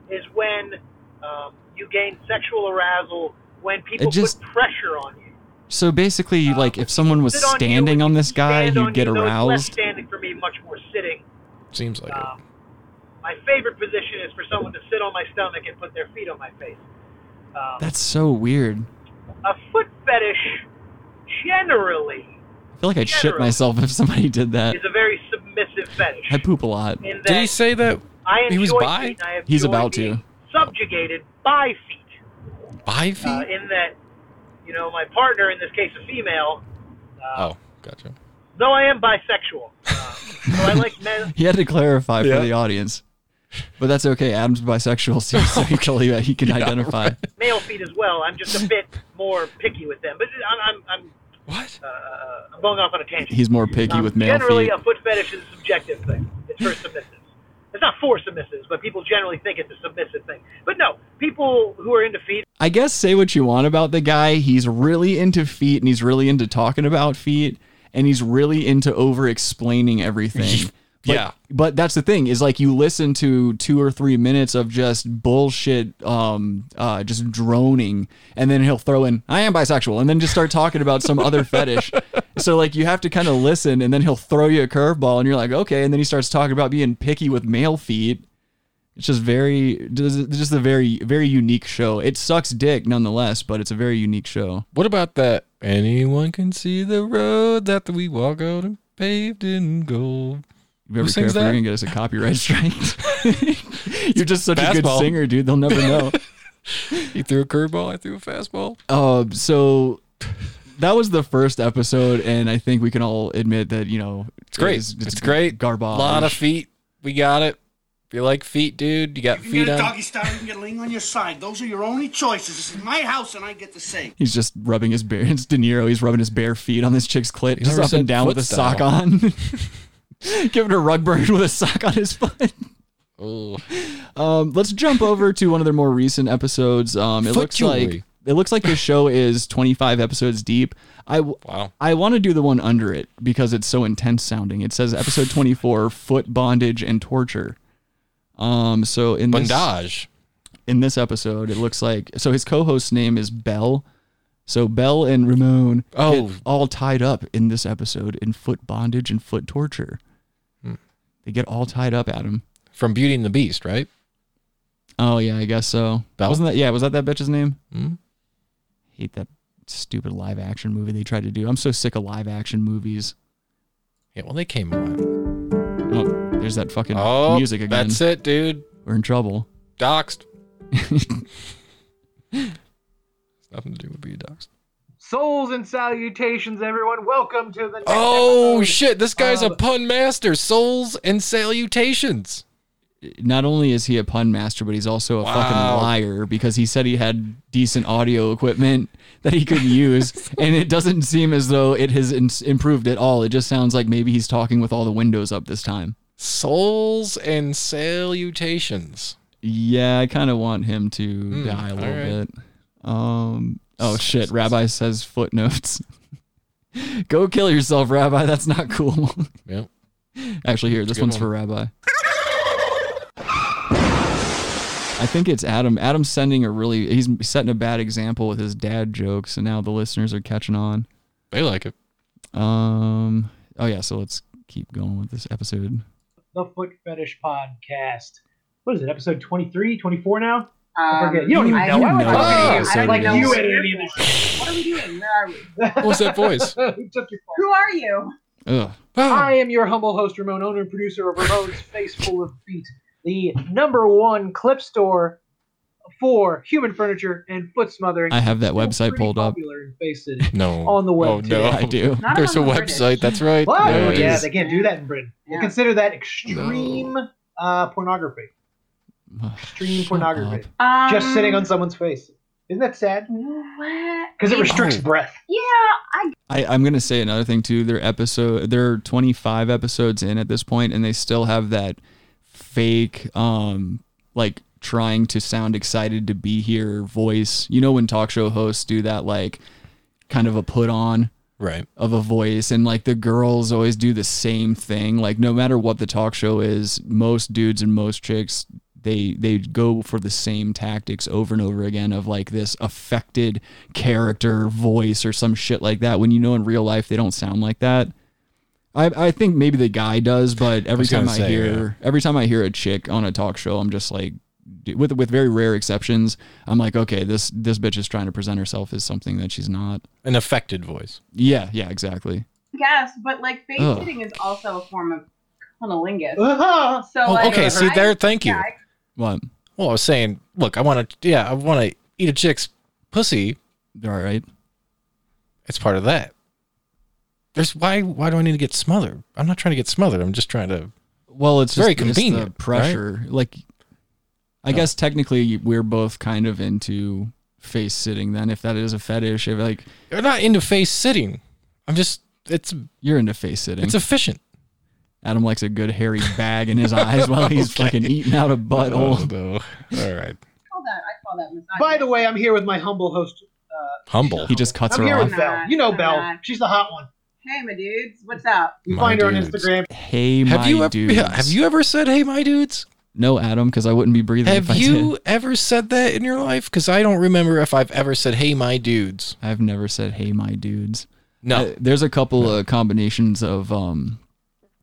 Speaker 10: is when um, you gain sexual arousal when people
Speaker 7: just-
Speaker 10: put pressure on you.
Speaker 7: So basically, like if someone was
Speaker 10: Uh, Sit on you,
Speaker 7: standing
Speaker 10: if
Speaker 7: on
Speaker 10: you
Speaker 7: this guy,
Speaker 10: stand
Speaker 7: he'd
Speaker 10: on
Speaker 7: get
Speaker 10: you, though it's Less
Speaker 7: aroused.
Speaker 10: standing for me, much more sitting.
Speaker 8: Seems like
Speaker 10: Um, my favorite position is for someone to sit on my stomach and put their feet on my face. Um,
Speaker 7: That's so weird.
Speaker 10: a foot fetish generally
Speaker 7: I feel like I'd shit
Speaker 10: General.
Speaker 7: myself if somebody did that.
Speaker 10: is a very submissive fetish.
Speaker 7: I poop a lot.
Speaker 10: in
Speaker 8: it. Did
Speaker 10: that
Speaker 8: he say that
Speaker 10: I enjoy
Speaker 8: he was bi?
Speaker 10: feet and I enjoy
Speaker 7: He's about to.
Speaker 10: being Subjugated by feet.
Speaker 8: by
Speaker 10: Uh,
Speaker 8: feet?
Speaker 10: in that, you know, my partner, in this case a female, uh,
Speaker 8: oh, gotcha.
Speaker 10: though I am bisexual. Uh, so I like men.
Speaker 7: He had to clarify
Speaker 8: Yeah.
Speaker 7: for the audience. But that's okay. Adam's bisexual, so
Speaker 8: (laughs)
Speaker 7: so he can- he can identify.
Speaker 10: male feet as well. I'm just
Speaker 7: (laughs)
Speaker 10: a bit more picky with them, but I'm I'm, I'm,
Speaker 8: What?
Speaker 10: uh, I'm going off on a tangent.
Speaker 7: He's more picky
Speaker 10: Um,
Speaker 7: with male
Speaker 10: generally,
Speaker 7: feet.
Speaker 10: a foot fetish is a subjective thing. It's for submissives. It's not for submissives, but people generally think it's a submissive thing. But no, people who are into feet
Speaker 7: I guess say what you want about the guy. He's really into feet and he's really into talking about feet and he's really into over explaining everything. But,
Speaker 8: Yeah.
Speaker 7: But that's the thing is like you listen to two or three minutes of just bullshit, um, uh, just droning, and then he'll throw in, I am bisexual, and then just start talking about some other fetish. So, like, you have to kind of listen, and then he'll throw you a curveball, and you're like, okay. And then he starts talking about being picky with male feet. It's just very, just just a very, very unique show. It sucks dick nonetheless, but it's a very unique show.
Speaker 8: What about that? Anyone can see the road that we walk on paved in gold.
Speaker 7: You better be
Speaker 8: sings
Speaker 7: careful, you're
Speaker 8: that?
Speaker 7: gonna get us a copyright strike. (laughs) you're just such a good
Speaker 8: Fastball.
Speaker 7: singer, dude. They'll never
Speaker 8: (laughs)
Speaker 7: know.
Speaker 8: He threw a curveball. I threw a fastball.
Speaker 7: uh, so that was the first episode, and I think we can all admit that you know
Speaker 8: It's great. It's, great.
Speaker 7: Garbage.
Speaker 8: A lot of feet. We got it. If you like feet, dude, you got
Speaker 6: You can
Speaker 8: feet
Speaker 6: get a
Speaker 8: on.
Speaker 6: doggy style, you can get a ling on your side. Those are your only choices. This is my house and I get to say.
Speaker 7: He's just rubbing his bare. It's De Niro. He's rubbing his bare feet on this chick's clit, just
Speaker 8: never
Speaker 7: up and
Speaker 8: said
Speaker 7: down with a
Speaker 8: foot
Speaker 7: sock on. (laughs) Giving her a rug burn with a sock on his foot.
Speaker 8: Oh,
Speaker 7: Um, let's jump over to one of their more recent episodes. Um, it
Speaker 8: Foot
Speaker 7: looks like
Speaker 8: jewelry.
Speaker 7: it looks like the show is 25 episodes deep. I w-
Speaker 8: wow.
Speaker 7: I want to do the one under it because it's so intense sounding. It says episode 24 foot bondage and torture. Um so in this
Speaker 8: Bandage.
Speaker 7: in this episode it looks like so his co-host's name is Bell. So Bell and Ramon
Speaker 8: Oh.
Speaker 7: get all tied up in this episode in foot bondage and foot torture.
Speaker 8: Hmm.
Speaker 7: They get all tied up, Adam.
Speaker 8: From Beauty and the Beast, right?
Speaker 7: Oh yeah, I guess so.
Speaker 8: Bell?
Speaker 7: Wasn't that yeah? Was that that bitch's name?
Speaker 8: Mhm.
Speaker 7: Hate that stupid live action movie they tried to do. I'm so sick of live action movies.
Speaker 8: Yeah, well, they came on.
Speaker 7: Oh, there's that fucking
Speaker 8: Oh,
Speaker 7: music again.
Speaker 8: that's it, dude.
Speaker 7: We're in trouble. (laughs)
Speaker 8: Doxed. It's nothing to do with being doxed.
Speaker 10: souls and salutations, everyone. Welcome to the next
Speaker 8: Oh,
Speaker 10: episode.
Speaker 8: shit. This guy's a
Speaker 10: Um,
Speaker 8: pun master. Souls and salutations.
Speaker 7: Not only is he a pun master, but he's also a
Speaker 8: Wow.
Speaker 7: fucking liar because he said he had decent audio equipment (laughs) that he could
Speaker 8: (laughs)
Speaker 7: use, and it doesn't seem as though it has in- improved at all. It just sounds like maybe he's talking with all the windows up this time.
Speaker 8: Souls and salutations.
Speaker 7: Yeah, I kind of want him to die a little
Speaker 8: Hmm, alright.
Speaker 7: bit. Um. Oh shit! Rabbi says footnotes. (laughs) Go kill yourself, Rabbi. That's not cool. (laughs)
Speaker 8: Yeah.
Speaker 7: Actually, here, this
Speaker 8: good
Speaker 7: one's
Speaker 8: one.
Speaker 7: for Rabbi. I think it's Adam. Adam's sending a really, he's setting a bad example with his dad jokes, and now the listeners are catching on.
Speaker 8: They like it.
Speaker 7: Um. Oh, yeah, so let's keep going with this episode.
Speaker 10: the Foot Fetish Podcast. What is it, episode 23, 24 now? I forget. You don't even
Speaker 11: I-
Speaker 10: know.
Speaker 7: you
Speaker 10: I don't
Speaker 7: know
Speaker 10: know
Speaker 8: what
Speaker 10: any
Speaker 8: it
Speaker 10: of
Speaker 8: is.
Speaker 10: this.
Speaker 7: I Um, don't
Speaker 10: like
Speaker 7: know
Speaker 10: you
Speaker 11: what
Speaker 10: at
Speaker 11: it
Speaker 10: any
Speaker 11: is.
Speaker 10: of this.
Speaker 11: What are we doing? Where are we?
Speaker 10: What
Speaker 8: was that voice? Oh,
Speaker 10: Who took your
Speaker 11: Who are you?
Speaker 7: Ugh.
Speaker 10: I am your humble host, Ramon, owner and producer of Ramon's Face Full of Feet, the number one clip store for human furniture and foot smothering.
Speaker 7: I have that
Speaker 10: Still
Speaker 7: website
Speaker 10: pretty
Speaker 7: pulled up.
Speaker 10: popular in Bay City.
Speaker 8: No.
Speaker 10: On the web
Speaker 8: Oh,
Speaker 10: too.
Speaker 7: (laughs)
Speaker 8: no.
Speaker 7: I do.
Speaker 8: (laughs)
Speaker 11: Not
Speaker 8: There's a
Speaker 11: among the
Speaker 8: website.
Speaker 11: British.
Speaker 8: That's right.
Speaker 10: What?
Speaker 8: There it
Speaker 10: yeah,
Speaker 8: is.
Speaker 10: they can't do that in Britain.
Speaker 11: Yeah.
Speaker 10: We'll consider that extreme uh, pornography.
Speaker 7: Ugh,
Speaker 10: Extreme
Speaker 7: (laughs) shut
Speaker 10: pornography.
Speaker 7: up.
Speaker 11: Um,
Speaker 10: Just sitting on someone's face.
Speaker 12: Isn't that sad?
Speaker 11: What?
Speaker 12: Because it restricts
Speaker 7: Oh.
Speaker 12: breath.
Speaker 11: (laughs) Yeah, I
Speaker 7: I, I'm gonna say another thing too. Their episode, they're 25 episodes in at this point, and they still have that fake, um, like trying to sound excited to be here voice. You know when talk show hosts do that, like kind of a put on,
Speaker 8: right,
Speaker 7: of a voice, and like the girls always do the same thing. Like no matter what the talk show is, most dudes and most chicks. They, they go for the same tactics over and over again of like this affected character voice or some shit like that when you know in real life they don't sound like that. I, I think maybe the guy does, but every
Speaker 8: was gonna
Speaker 7: time I
Speaker 8: say,
Speaker 7: hear every time I hear a chick on a talk show, I'm just like d- with with very rare exceptions, I'm like, okay, this this bitch is trying to present herself as something that she's not.
Speaker 8: An affected voice.
Speaker 7: Yeah, yeah, exactly.
Speaker 11: guess, but like face
Speaker 7: Ugh.
Speaker 11: sitting is also a form of cunnilingus.
Speaker 12: Uh-huh.
Speaker 11: So
Speaker 8: Oh,
Speaker 11: like,
Speaker 8: okay, see
Speaker 11: I-
Speaker 8: there. Thank you.
Speaker 11: yeah, I-
Speaker 7: What?
Speaker 8: Well, I was saying, look, I want to, yeah, I want to eat a chick's pussy.
Speaker 7: All right.
Speaker 8: It's part of that. There's why? Why do I need to get smothered? I'm not trying to get smothered. I'm just trying to.
Speaker 7: Well, it's
Speaker 8: very
Speaker 7: just- it's the
Speaker 8: convenient. right?
Speaker 7: pressure, like, I
Speaker 8: Oh.
Speaker 7: guess technically we're both kind of into face sitting then, if that is a fetish. If like
Speaker 8: You're not into face sitting. I'm just. It's
Speaker 7: you're into face sitting,
Speaker 8: it's efficient.
Speaker 7: Adam likes a good hairy bag
Speaker 8: (laughs)
Speaker 7: in his eyes while he's
Speaker 8: Okay.
Speaker 7: fucking eating out a
Speaker 8: Oh, (laughs)
Speaker 7: butthole.
Speaker 8: no. All right.
Speaker 11: call that. I call that massage.
Speaker 12: By the way, I'm here with my humble host.
Speaker 8: Humble.
Speaker 7: He just cuts
Speaker 12: I'm
Speaker 7: her
Speaker 12: here
Speaker 7: off.
Speaker 12: with Belle. You know Belle. She's the hot one.
Speaker 11: Hey, my dudes, what's up?
Speaker 12: You
Speaker 8: My
Speaker 12: find her on
Speaker 8: dudes.
Speaker 12: Instagram.
Speaker 7: Hey,
Speaker 8: Have
Speaker 7: my
Speaker 8: you ever?
Speaker 7: dudes.
Speaker 8: Yeah, have you ever said, "Hey, my dudes"?
Speaker 7: No, Adam, because I wouldn't be breathing. if I
Speaker 8: Have you ever said that in your life? Because I don't remember if I've ever said, "Hey, my dudes."
Speaker 7: Did. I've never said, "Hey, my dudes."
Speaker 8: No.
Speaker 7: Uh, there's a couple of combinations of um,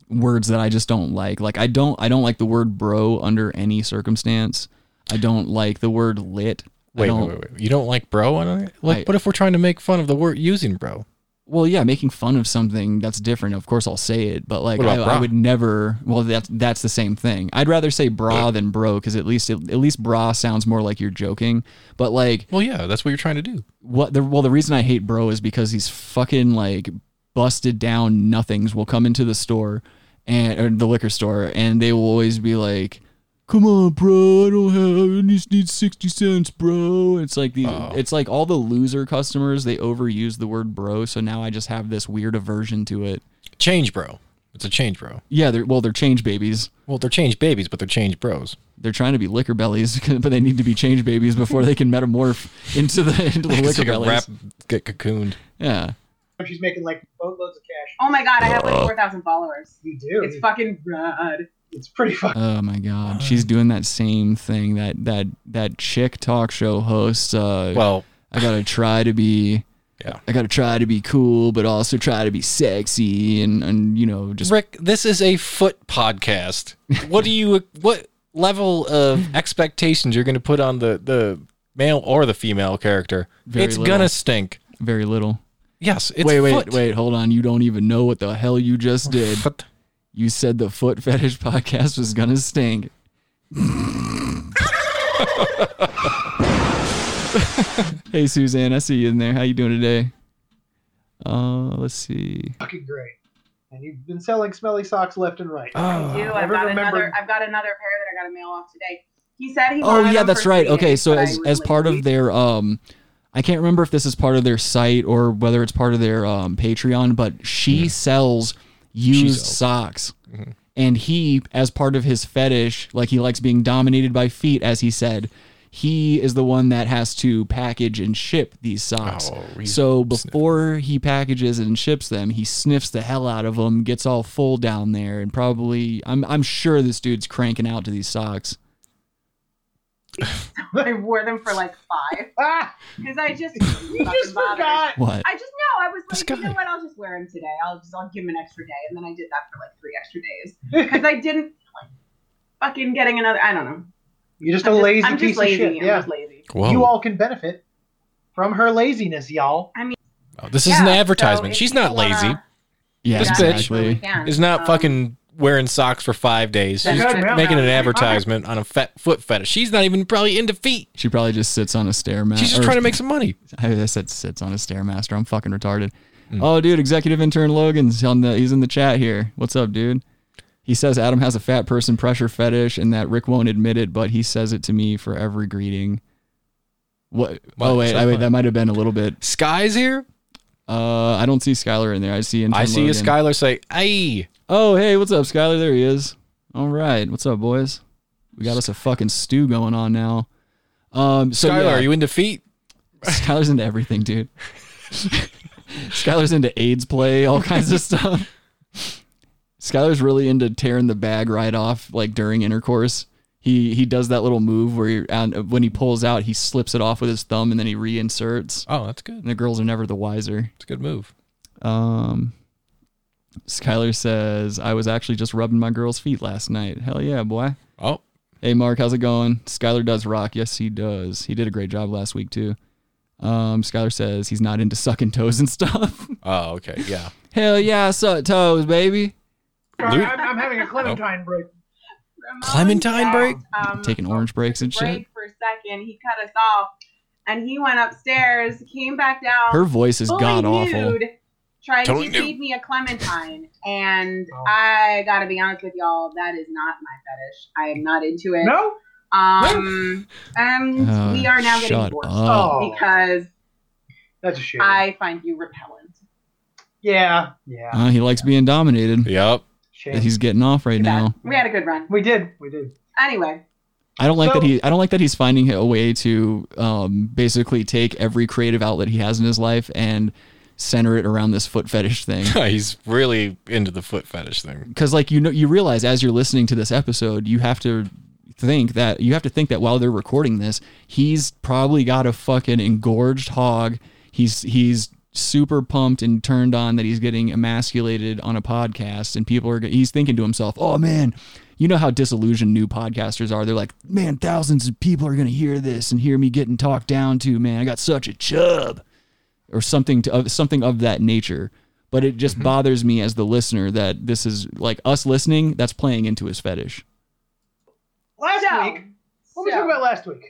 Speaker 7: words that I just don't like. Like I don't, I don't like the word "bro" under any circumstance. I don't like the word "lit." I
Speaker 8: Wait,
Speaker 7: don't-
Speaker 8: wait, wait, wait. You don't like bro? I don't, like,
Speaker 7: I-
Speaker 8: what if we're trying to make fun of the word using bro?
Speaker 7: Well, yeah, making fun of something that's different. Of course, I'll say it, but like
Speaker 8: What
Speaker 7: I,
Speaker 8: about
Speaker 7: I
Speaker 8: bra?
Speaker 7: would never. Well, that's that's the same thing. I'd rather say bra than bro because at least at least bra sounds more like you're joking. But like
Speaker 8: Well, yeah, that's what you're trying to do.
Speaker 7: what the well the reason I hate bro is because he's fucking like busted down nothings will come into the store and or the liquor store and they will always be like come on bro I don't have I just need 60 cents bro it's like the
Speaker 8: Oh.
Speaker 7: it's like all the loser customers they overuse the word bro so now I just have this weird aversion to it
Speaker 8: Change bro. It's a change bro.
Speaker 7: yeah they're well they're change babies
Speaker 8: Well, they're change babies, but they're change bros.
Speaker 7: they're trying to be liquor bellies (laughs) but they need to be change babies before they can metamorph into the into the
Speaker 8: (laughs) It's
Speaker 7: liquor
Speaker 8: like a
Speaker 7: bellies
Speaker 8: rap get cocooned.
Speaker 7: yeah
Speaker 12: She's making like boatloads of cash.
Speaker 11: Oh my god, I have like four thousand followers.
Speaker 12: You do.
Speaker 11: It's
Speaker 12: It's,
Speaker 11: fucking rad.
Speaker 12: pretty fucking.
Speaker 7: Oh my god, she's doing that same thing that that that chick talk show host. Uh,
Speaker 8: Well,
Speaker 7: I gotta try to be,
Speaker 8: Yeah.
Speaker 7: I gotta try to be cool, but also try to be sexy and and you know just
Speaker 8: Rick, this is a
Speaker 7: (laughs)
Speaker 8: foot podcast. What do you what level of expectations you're going to put on the the male or the female character?
Speaker 7: Very
Speaker 8: it's
Speaker 7: little.
Speaker 8: gonna stink.
Speaker 7: very little.
Speaker 8: Yes, it's
Speaker 7: wait, wait,
Speaker 8: foot.
Speaker 7: wait, hold on. You don't even know what the hell you
Speaker 8: (laughs)
Speaker 7: just did.
Speaker 8: Foot.
Speaker 7: You said the foot fetish (laughs) podcast was gonna
Speaker 8: (laughs)
Speaker 7: stink. hey Suzanne, I see you in there. How you doing today? Uh, let's see.
Speaker 12: fucking great. And you've been selling smelly socks left and
Speaker 8: Oh.
Speaker 12: right.
Speaker 11: I do. I've
Speaker 12: never
Speaker 11: got
Speaker 12: remembered-
Speaker 11: another. I've got another pair that I got to mail off today. He said he.
Speaker 7: Oh
Speaker 11: wanted
Speaker 7: yeah,
Speaker 11: them
Speaker 7: that's
Speaker 11: for
Speaker 7: right.
Speaker 11: three
Speaker 7: Okay,
Speaker 11: days,
Speaker 7: so
Speaker 11: but I
Speaker 7: as
Speaker 11: was
Speaker 7: as
Speaker 11: like,
Speaker 7: part of their um I can't remember if this is part of their site or whether it's part of their um Patreon, but
Speaker 8: Mm-hmm.
Speaker 7: she sells used
Speaker 8: sells.
Speaker 7: socks.
Speaker 8: Mm-hmm.
Speaker 7: And he as part of his fetish, like he likes being dominated by feet as he said, he is the one that has to package and ship these socks.
Speaker 8: Oh, he's
Speaker 7: so before he packages and ships them, he sniffs the hell out of them, gets all full down there, and probably I'm I'm sure this dude's cranking out to these socks.
Speaker 11: (laughs) I wore them for like five
Speaker 12: (laughs) Ah,
Speaker 11: because I
Speaker 12: (laughs)
Speaker 11: just
Speaker 12: you just forgot.
Speaker 7: What?
Speaker 11: I just know. I was
Speaker 8: This
Speaker 11: like, you know
Speaker 8: guy.
Speaker 11: what? I'll just wear them today. I'll just I'll give him an extra day, and then I did that for like three extra days
Speaker 12: (laughs)
Speaker 11: because I didn't like fucking getting another. I don't know.
Speaker 12: You're just
Speaker 11: I'm
Speaker 12: a
Speaker 11: just-
Speaker 12: lazy
Speaker 11: I'm just
Speaker 12: piece
Speaker 11: lazy.
Speaker 12: of shit.
Speaker 11: I'm
Speaker 12: yeah.
Speaker 11: just lazy.
Speaker 8: Whoa.
Speaker 12: You all can benefit from her laziness, y'all.
Speaker 8: Oh, this is an
Speaker 11: Yeah, so
Speaker 8: advertisement.
Speaker 11: if
Speaker 8: She's
Speaker 11: you
Speaker 8: not
Speaker 11: wanna-
Speaker 8: lazy.
Speaker 7: Yeah,
Speaker 8: This
Speaker 11: Yeah,
Speaker 8: bitch
Speaker 11: we can.
Speaker 8: Is not
Speaker 11: Um,
Speaker 8: fucking wearing socks for five days.
Speaker 11: That's
Speaker 8: She's
Speaker 11: right.
Speaker 8: tr- making an advertisement on a fet- foot fetish. She's not even probably into feet.
Speaker 7: She probably just sits on a stairmaster.
Speaker 8: She's just trying to make some money.
Speaker 7: (laughs) I said sits on a stairmaster. I'm fucking retarded.
Speaker 8: Mm.
Speaker 7: Oh, dude, executive intern Logan's on the. He's in the chat here. What's up, dude? He says Adam has a fat person pressure fetish, and that Rick won't admit it, but he says it to me for every greeting. What? oh wait, I, wait, that might have been a little bit.
Speaker 8: Sky's here.
Speaker 7: Uh, I don't see Skylar in there. I see. Intern
Speaker 8: I see
Speaker 7: Logan.
Speaker 8: a Skylar say, "Hey."
Speaker 7: Oh hey, what's up, Skylar? There he is. All right, what's up, boys? We got us a fucking stew going on now. Um, so
Speaker 8: Skylar,
Speaker 7: yeah.
Speaker 8: are you into feet?
Speaker 7: (laughs) Skylar's into everything, dude. Skylar's into AIDS play, all kinds of stuff. Skylar's really into tearing the bag right off, like during intercourse. He he does that little move where he, and when he pulls out, he slips it off with his thumb and then he reinserts.
Speaker 8: Oh, that's good.
Speaker 7: And the girls are never the wiser.
Speaker 8: It's a good move.
Speaker 7: Um, Skylar says, "I was actually just rubbing my girl's feet last night. Hell yeah, boy."
Speaker 8: Oh.
Speaker 7: Hey Mark, how's it going? Skylar does rock. Yes, he does. He did a great job last week too. Um, Skylar says he's not into sucking toes and (laughs) stuff.
Speaker 8: Oh, okay, yeah.
Speaker 7: Hell yeah, I suck toes, baby.
Speaker 12: Sorry, I'm, I'm
Speaker 7: (laughs)
Speaker 12: having a Clementine break.
Speaker 7: Clementine break?
Speaker 11: Um,
Speaker 7: Taking orange breaks and shit.
Speaker 11: break for a second. He cut us off, and he went upstairs, came back down.
Speaker 7: Her voice is
Speaker 11: fully
Speaker 7: god-awful.
Speaker 11: nude, Tried
Speaker 7: Totally
Speaker 11: to
Speaker 7: nude.
Speaker 11: feed me a clementine, and
Speaker 12: Oh.
Speaker 11: I gotta be honest with y'all, that is not my fetish. I am not into it.
Speaker 12: No?
Speaker 11: Um, and
Speaker 12: Uh,
Speaker 11: we are now getting Oh,
Speaker 12: shut
Speaker 11: divorced
Speaker 7: Uh,
Speaker 12: up.
Speaker 11: because
Speaker 12: Oh, that's a shame.
Speaker 11: I find you repellent.
Speaker 12: Yeah, yeah.
Speaker 7: Uh, he likes being dominated.
Speaker 8: Yep.
Speaker 7: He's getting off right now.
Speaker 11: We had a good run.
Speaker 12: We did. We did.
Speaker 11: Anyway,
Speaker 7: I don't like
Speaker 11: So-
Speaker 7: that he. I don't like that he's finding a way to um, basically take every creative outlet he has in his life and center it around this foot fetish thing.
Speaker 8: (laughs) He's really into the foot fetish thing.
Speaker 7: because like you know you realize as you're listening to this episode you have to think that you have to think that while they're recording this he's probably got a fucking engorged hog he's he's super pumped and turned on that he's getting emasculated on a podcast and people are g- he's thinking to himself oh man you know how disillusioned new podcasters are they're like man thousands of people are going to hear this and hear me getting talked down to man i got such a chub or something to, of something of that nature. But it just bothers me as the listener that this is like us listening. That's playing into his fetish.
Speaker 12: Last week. What were we
Speaker 11: so-
Speaker 12: talking about last week?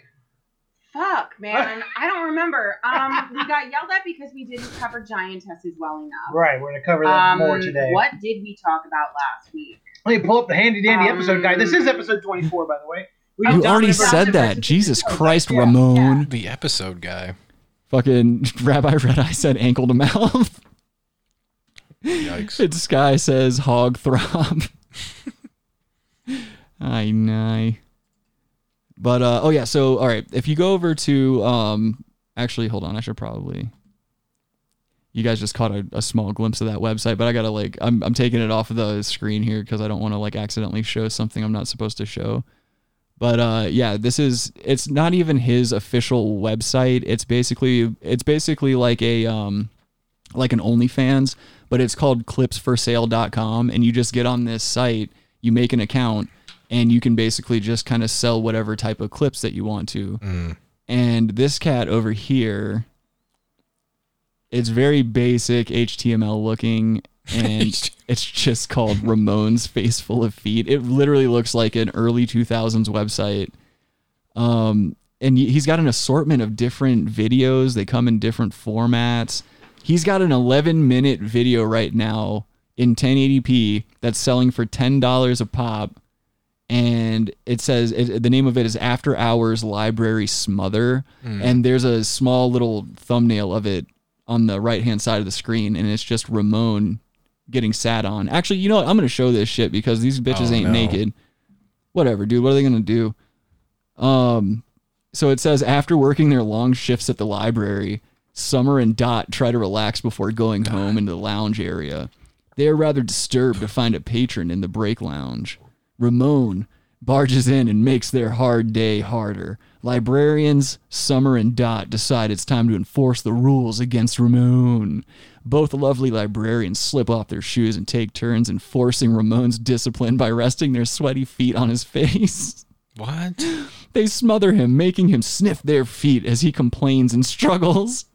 Speaker 11: fuck,
Speaker 12: (laughs)
Speaker 11: man, I don't remember. Um, we got yelled at because we didn't cover giantesses well enough.
Speaker 12: Right, we're gonna cover that more today.
Speaker 11: Um, What did we talk about last week?
Speaker 12: Let me pull up the handy dandy
Speaker 11: Um,
Speaker 12: episode guide. This is episode 24, by the way. We
Speaker 7: you
Speaker 12: dominated
Speaker 7: already
Speaker 12: versus-
Speaker 7: said that. Jesus Christ, Ramon.
Speaker 8: The episode guy.
Speaker 7: Fucking (laughs) Rabbi Red Eye said ankle to mouth. Yikes. It's Sky says hog throb. I know. But uh, oh yeah, so all right, if you go over to um, actually hold on, I should probably. You guys just caught a, a small glimpse of that website, but I gotta like I'm I'm taking it off of the screen here because I don't want to like accidentally show something I'm not supposed to show. But uh, yeah, this is it's not even his official website. It's basically it's basically like a um, like an OnlyFans, but it's called clipsforsale.com. And you just get on this site, you make an account, and you can basically just kind of sell whatever type of clips that you want to. And this cat over here, it's very basic HTML looking. And it's just called Ramon's Face Full of Feet. It literally looks like an early 2000s website. Um, and he- he's got an assortment of different videos. They come in different formats. He's got an 11 minute video right now in 1080p that's selling for $10 a pop. And it says it, the name of it is After Hours Library Smother.
Speaker 13: Hmm.
Speaker 7: And there's a small little thumbnail of it on the right hand side of the screen. And it's just Ramon getting sat on. Actually, you know what? I'm going to show this shit because these bitches
Speaker 13: Oh,
Speaker 7: ain't
Speaker 13: no.
Speaker 7: naked whatever, dude. What are they gonna do? Um, so it says after working their long shifts at the library, Summer and Dot try to relax before going home into the lounge area. They are rather disturbed to find a patron in the break lounge. Ramon barges in and makes their hard day harder. Librarians, Summer and Dot decide it's time to enforce the rules against Ramon. Both lovely librarians slip off their shoes and take turns enforcing Ramon's discipline by resting their sweaty feet on his (laughs) face.
Speaker 8: What?
Speaker 7: They smother him, making him sniff their feet as he complains and struggles.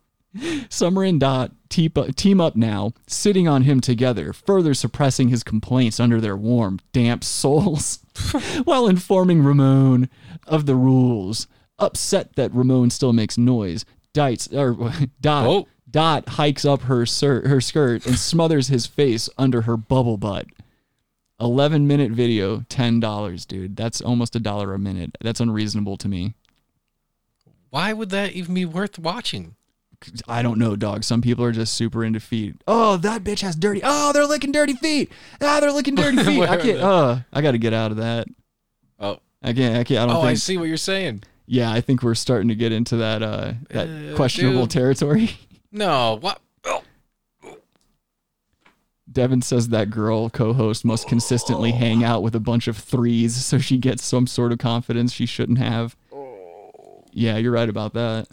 Speaker 7: Summer and Dot teep- team up now, sitting on him together, further suppressing his complaints under their warm, damp soles, (laughs) while informing Ramon of the rules. Upset that Ramon still makes noise, Dites, or, (laughs) Dot, Dot hikes up her, sir, her skirt and smothers his face under her bubble butt. 11 minute video, $10, dude. That's almost a dollar a minute. That's unreasonable to me.
Speaker 8: Why would that even be worth watching?
Speaker 7: I don't know, dog. Some people are just super into feet. Oh, that bitch has dirty. Oh, they're licking dirty feet. Ah, they're licking
Speaker 8: (laughs)
Speaker 7: dirty feet. I can't. Uh, I got to get out of that.
Speaker 8: Oh,
Speaker 7: I can't. I can't. I don't
Speaker 8: oh,
Speaker 7: think.
Speaker 8: I see what you're saying.
Speaker 7: Yeah, I think we're starting to get into that uh, that
Speaker 8: Uh,
Speaker 7: questionable
Speaker 8: dude.
Speaker 7: territory. (laughs)
Speaker 8: No, what?
Speaker 7: Devin says that girl co-host must consistently hang out with a bunch of threes, so she gets some sort of confidence she shouldn't have. Yeah, you're right about that.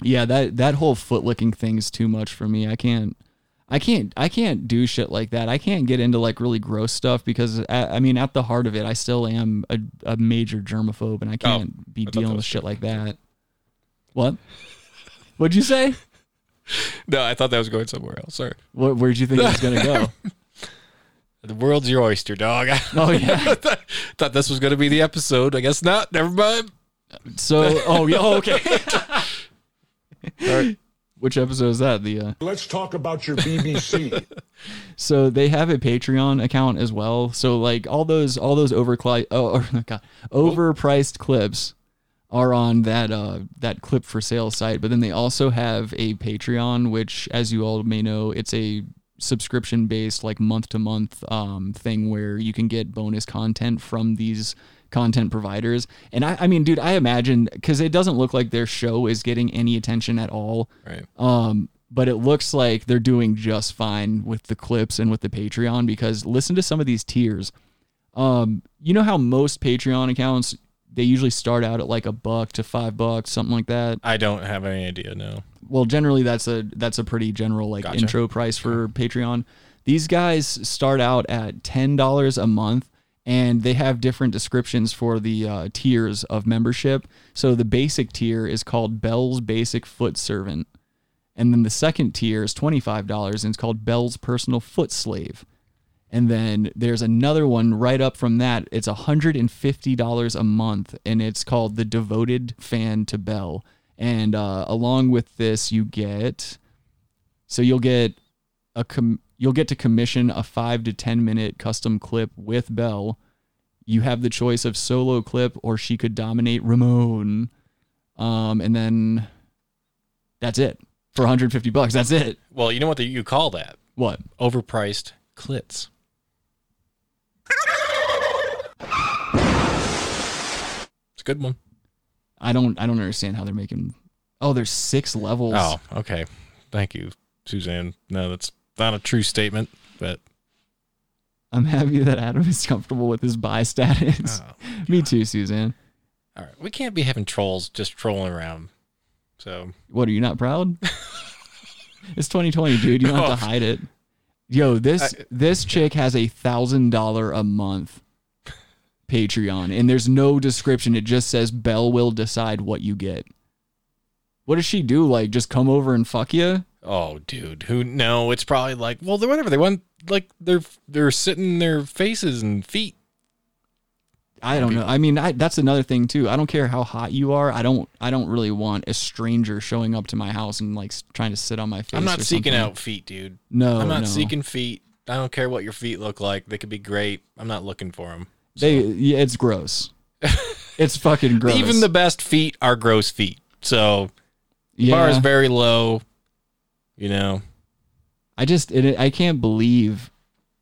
Speaker 7: Yeah, that that whole foot licking thing is too much for me. I can't, I can't, I can't do shit like that. I can't get into like really gross stuff because I, I mean, at the heart of it, I still am a, a major germaphobe, and Oh, I can't be dealing with shit like that. What? What'd you say?
Speaker 8: No, I thought that was going somewhere else. Sorry.
Speaker 7: Where, where'd you think it was gonna (laughs) go?
Speaker 8: The world's your oyster, dog. (laughs)
Speaker 7: Oh yeah.
Speaker 8: thought this was going to be the episode. I guess not. Never mind.
Speaker 7: So, oh yeah, oh, okay. Which episode is that? The uh,
Speaker 5: Let's talk about your BBC.
Speaker 7: so they have a Patreon account as well. So like all those all those overcli- oh, (laughs) oh god overpriced clips are on that uh that clip for sale site, but then they also have a Patreon, which as you all may know, it's a subscription based like month to month um thing where you can get bonus content from these content providers. And I, I mean, dude, I imagine because it doesn't look like their show is getting any attention at all.
Speaker 8: Right.
Speaker 7: Um, but it looks like they're doing just fine with the clips and with the Patreon because listen to some of these tiers. Um, you know how most Patreon accounts they usually start out at like a buck to five bucks, something like that.
Speaker 8: I don't have any idea. No.
Speaker 7: Well, generally that's a that's a pretty general like
Speaker 8: Gotcha.
Speaker 7: intro price for Patreon. These guys start out at ten dollars a month, and they have different descriptions for the uh, tiers of membership. So the basic tier is called Bell's Basic Foot Servant, and then the second tier is twenty five dollars, and it's called Bell's Personal Foot Slave. And then there's another one right up from that. It's $150 a month, and it's called The Devoted Fan to Bell. And uh, along with this, you get so you'll get a com- you'll get to commission a five to ten minute custom clip with Bell. You have the choice of solo clip, or she could dominate Ramon. Um, and then that's it for 150 bucks. That's it.
Speaker 8: Well, you know what the, you call that?
Speaker 7: What?
Speaker 8: Overpriced clits. It's a good one.
Speaker 7: I don't I don't understand how they're making. Oh, there's six levels.
Speaker 8: Oh, okay. Thank you, Suzanne. No, that's not a true statement, but
Speaker 7: I'm happy that Adam is comfortable with his buy status. (laughs) Me too, Suzanne.
Speaker 8: all right. We can't be having trolls just trolling around. So
Speaker 7: What are you not proud? it's 2020, dude. You don't have to hide it. Yo, this this chick has a thousand dollar a month Patreon, and there's no description. It just says Bell will decide what you get. What does she do? Like, just come over and fuck you?
Speaker 8: Oh, dude, who? No, it's probably like, well, they're whatever they want. Like they're they're sitting their faces and feet.
Speaker 7: I don't know. I mean, I, that's another thing too. I don't care how hot you are. I don't. I don't really want a stranger showing up to my house and like s- trying to sit on my face.
Speaker 8: I'm not
Speaker 7: or
Speaker 8: seeking
Speaker 7: something.
Speaker 8: out feet, dude.
Speaker 7: No,
Speaker 8: I'm not
Speaker 7: Oh, no.
Speaker 8: seeking feet. I don't care what your feet look like. They could be great. I'm not looking for them.
Speaker 7: They. Yeah, it's
Speaker 8: (laughs)
Speaker 7: gross. it's fucking gross.
Speaker 8: Even the best feet are gross feet. So
Speaker 7: Yeah.
Speaker 8: bar is very low. You know,
Speaker 7: I just it, I can't believe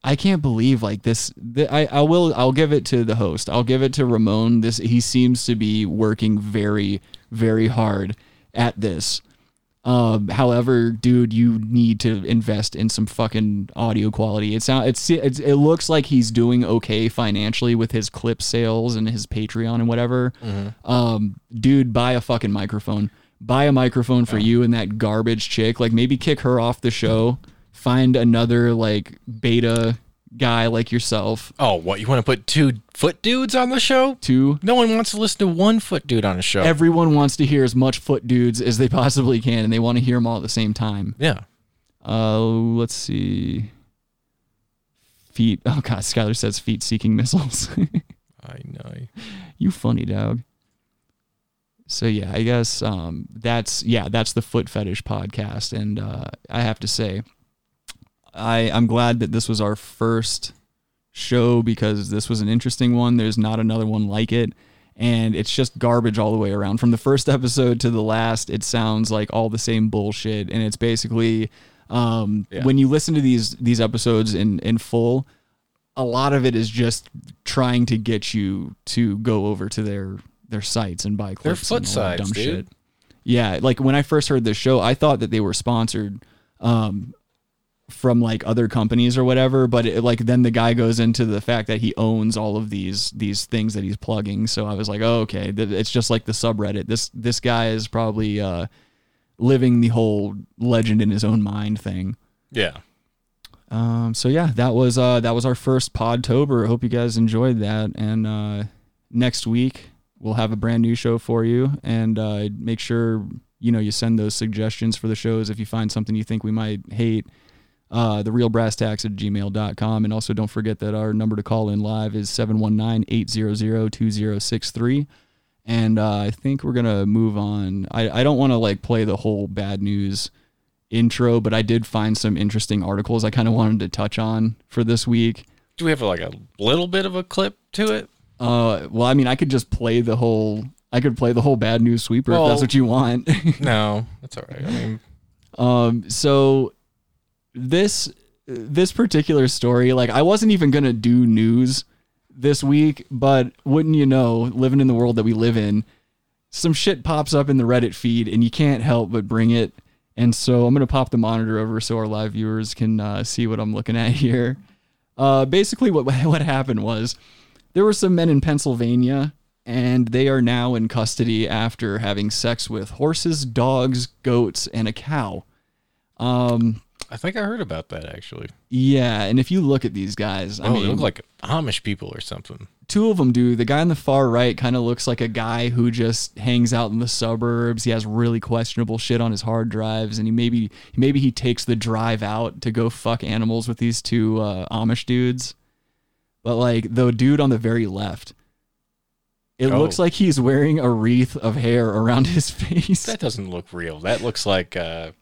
Speaker 7: I can't believe like this th- I I will I'll give it to the host. I'll give it to Ramon. This he seems to be working very very hard at this. Um however, dude, you need to invest in some fucking audio quality. It sound it's, it's it looks like he's doing okay financially with his clip sales and his Patreon and whatever. Um dude, buy a fucking microphone. Buy a microphone for you and that garbage chick. Like maybe kick her off the show. Find another like beta guy like yourself.
Speaker 8: Oh, what you want to put two foot dudes on the show?
Speaker 7: Two.
Speaker 8: No one wants to listen to one foot dude on a show.
Speaker 7: Everyone wants to hear as much foot dudes as they possibly can, and they want to hear them all at the same time.
Speaker 8: yeah.
Speaker 7: Uh, let's see. Feet. Oh God, Skylar says feet seeking missiles. (laughs)
Speaker 8: I know.
Speaker 7: you funny dog. So yeah, I guess um, that's yeah, that's the foot fetish podcast, and uh, I have to say, I I'm glad that this was our first show because this was an interesting one. There's not another one like it, and it's just garbage all the way around. From the first episode to the last, it sounds like all the same bullshit, and it's basically um, when you listen to these these episodes in in full, a lot of it is just trying to get you to go over to their their sites and buy
Speaker 8: They're
Speaker 7: clips and
Speaker 8: foot
Speaker 7: all that
Speaker 8: sites,
Speaker 7: dumb
Speaker 8: dude.
Speaker 7: shit. Yeah, like when I first heard this show, I thought that they were sponsored um, from like other companies or whatever. But it, like then the guy goes into the fact that he owns all of these these things that he's plugging. So I was like, oh, okay, th- it's just like the subreddit. This this guy is probably uh, living the whole legend in his own mind thing.
Speaker 8: Yeah.
Speaker 7: Um, so yeah, that was uh, that was our first Podtober. I hope you guys enjoyed that. And uh, next week we'll have a brand new show for you. And uh, make sure you know you send those suggestions for the shows if you find something you think we might hate. Uh, the real brass tax at gmail.com. And also don't forget that our number to call in live is 719 800 2063. And uh, I think we're going to move on. I, I don't want to like play the whole bad news intro, but I did find some interesting articles I kind of wanted to touch on for this week.
Speaker 8: Do we have like a little bit of a clip to it?
Speaker 7: Uh, well, I mean, I could just play the whole. I could play the whole bad news sweeper if
Speaker 8: Well-
Speaker 7: that's what you want. (laughs)
Speaker 8: No, that's all right. I mean,
Speaker 7: Um, so this this particular story, like I wasn't even gonna do news this week, but wouldn't you know, living in the world that we live in, some shit pops up in the Reddit feed, and you can't help but bring it. And so I'm gonna pop the monitor over so our live viewers can uh, see what I'm looking at (laughs) here. Uh, basically, what (laughs) what happened was there were some men in Pennsylvania, and they are now in custody after having sex with horses, dogs, goats, and a cow. Um,
Speaker 8: I think I heard about that actually.
Speaker 7: yeah, and if you look at these guys,
Speaker 8: Oh,
Speaker 7: I mean,
Speaker 8: they look like Amish people or something.
Speaker 7: two of them do. The guy on the far right kind of looks like a guy who just hangs out in the suburbs. He has really questionable shit on his hard drives, and he maybe maybe he takes the drive out to go fuck animals with these two uh, Amish dudes. But like the dude on the very left, it
Speaker 8: Oh.
Speaker 7: looks like he's wearing a wreath of hair around his (laughs) face.
Speaker 8: That doesn't look real. That looks like uh,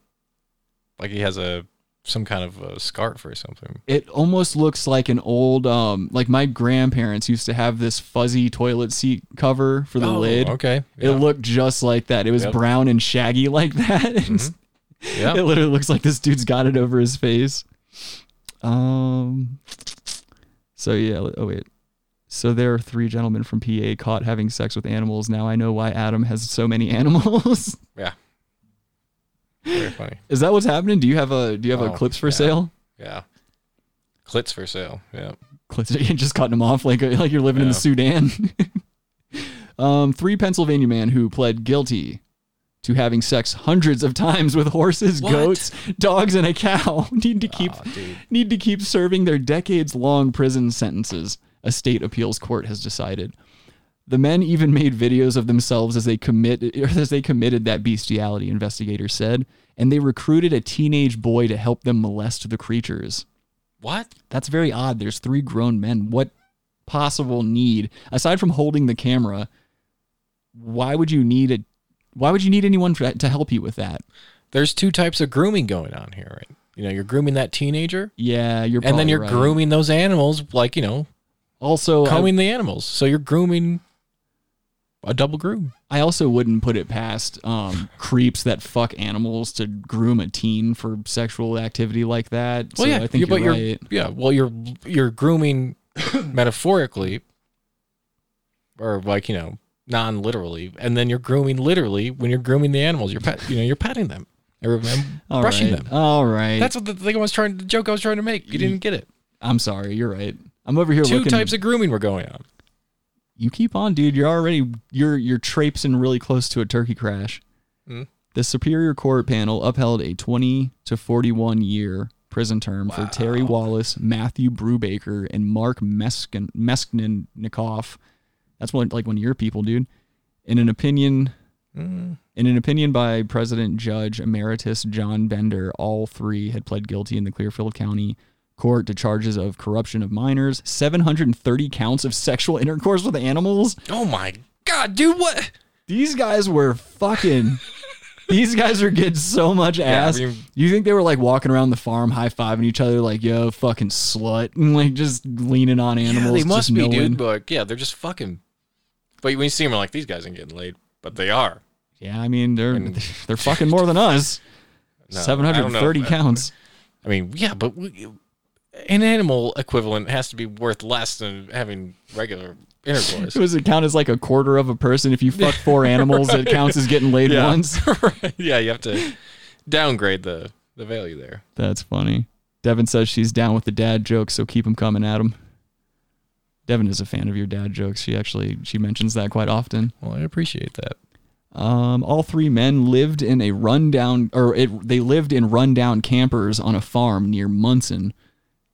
Speaker 8: like he has a some kind of a scarf or something.
Speaker 7: it almost looks like an old um like my grandparents used to have this fuzzy toilet seat cover for the
Speaker 8: Oh,
Speaker 7: lid
Speaker 8: okay.
Speaker 7: it looked just like that it was
Speaker 8: Yep. Mm-hmm.
Speaker 7: brown and shaggy (laughs) like that (laughs)
Speaker 8: Yep.
Speaker 7: it literally looks like this dude's got it over his face um so yeah li- oh wait so there are three gentlemen from pa caught having sex with animals now i know why adam has so many (laughs) animals
Speaker 8: Yeah. Very funny.
Speaker 7: is that what's happening do you have a do you have a
Speaker 8: Oh,
Speaker 7: clips for
Speaker 8: yeah.
Speaker 7: sale
Speaker 8: Yeah. Clits for sale. Yeah.
Speaker 7: clips (laughs) and just cutting them off like like you're living in the
Speaker 8: Yeah.
Speaker 7: Sudan. (laughs) um, three Pennsylvania man who pled guilty to having sex hundreds of times with horses,
Speaker 8: What? Ah,
Speaker 7: goats, dogs, and a cow (laughs) need to keep
Speaker 8: dude.
Speaker 7: need to keep serving their decades long prison sentences. A state appeals court has decided. The men even made videos of themselves as they commit (laughs) or as they committed that bestiality, investigators said, and they recruited a teenage boy to help them molest the creatures.
Speaker 8: What?
Speaker 7: That's very odd. There's three grown men. What possible need aside from holding the camera? Why would you need a Why would you need anyone for, to help you with that?
Speaker 8: There's two types of grooming going on here, right? You know, you're grooming that teenager,
Speaker 7: Yeah, you're.
Speaker 8: and
Speaker 7: probably
Speaker 8: then you're
Speaker 7: right.
Speaker 8: grooming those animals, like you know,
Speaker 7: Also, I,
Speaker 8: combing the animals. So you're grooming a double groom.
Speaker 7: I also wouldn't put it past
Speaker 8: (laughs)
Speaker 7: um, creeps that fuck animals to groom a teen for sexual activity like that. so I think
Speaker 8: but
Speaker 7: you're
Speaker 8: you're
Speaker 7: right.
Speaker 8: yeah. Well, you're
Speaker 7: (coughs)
Speaker 8: you're grooming metaphorically, or like you know, non literally, and then you're grooming literally when you're grooming the animals. You're pet, you know, you're petting them or um,
Speaker 7: All
Speaker 8: brushing
Speaker 7: right.
Speaker 8: them.
Speaker 7: All right.
Speaker 8: That's what the thing I was trying. The joke I was trying to make. You didn't get it.
Speaker 7: I'm sorry. You're right. I'm over here
Speaker 8: Two
Speaker 7: looking.
Speaker 8: types of grooming were going on.
Speaker 7: you keep on, dude. You're already you're you're traipsing really close to a turkey crash.
Speaker 8: Hmm.
Speaker 7: The Superior Court panel upheld a 20 to 41 year prison term for Terry Wallace, Matthew Brubaker, and Mark Meskin Mesknikoff. That's one like one of your people, dude. In an opinion, in an opinion by President Judge Emeritus John Bender, all three had pled guilty in the Clearfield County court to charges of corruption of minors, 730 counts of sexual intercourse with animals.
Speaker 8: Oh my god, dude! What?
Speaker 7: These guys were fucking. these guys are getting so much ass.
Speaker 8: mean-
Speaker 7: you think they were like walking around the farm, high fiving each other, like "yo, fucking slut," and like just leaning on animals.
Speaker 8: Yeah, they
Speaker 7: just
Speaker 8: must be,
Speaker 7: knowing.
Speaker 8: dude. But yeah, they're just fucking. But when you see them, like these guys ain't getting laid, but they are.
Speaker 7: Yeah, I mean they're they're fucking more than us.
Speaker 8: (laughs) No,
Speaker 7: Seven hundred and thirty
Speaker 8: I don't know. (laughs)
Speaker 7: counts.
Speaker 8: I mean, yeah, but we, an animal equivalent has to be worth less than having regular intercourse.
Speaker 7: So does it count as like a quarter of a person? If you
Speaker 8: (laughs)
Speaker 7: fuck four animals, (laughs) it counts as getting laid
Speaker 8: Yeah.
Speaker 7: once.
Speaker 8: (laughs) Right. Yeah, you have to downgrade the the value there.
Speaker 7: That's funny. Devin says she's down with the dad jokes, so keep them coming at him. Devin is a fan of your dad jokes. She actually she mentions that quite often.
Speaker 8: Well, I appreciate that.
Speaker 7: Um, all three men lived in a rundown, or it, they lived in rundown campers on a farm near Munson.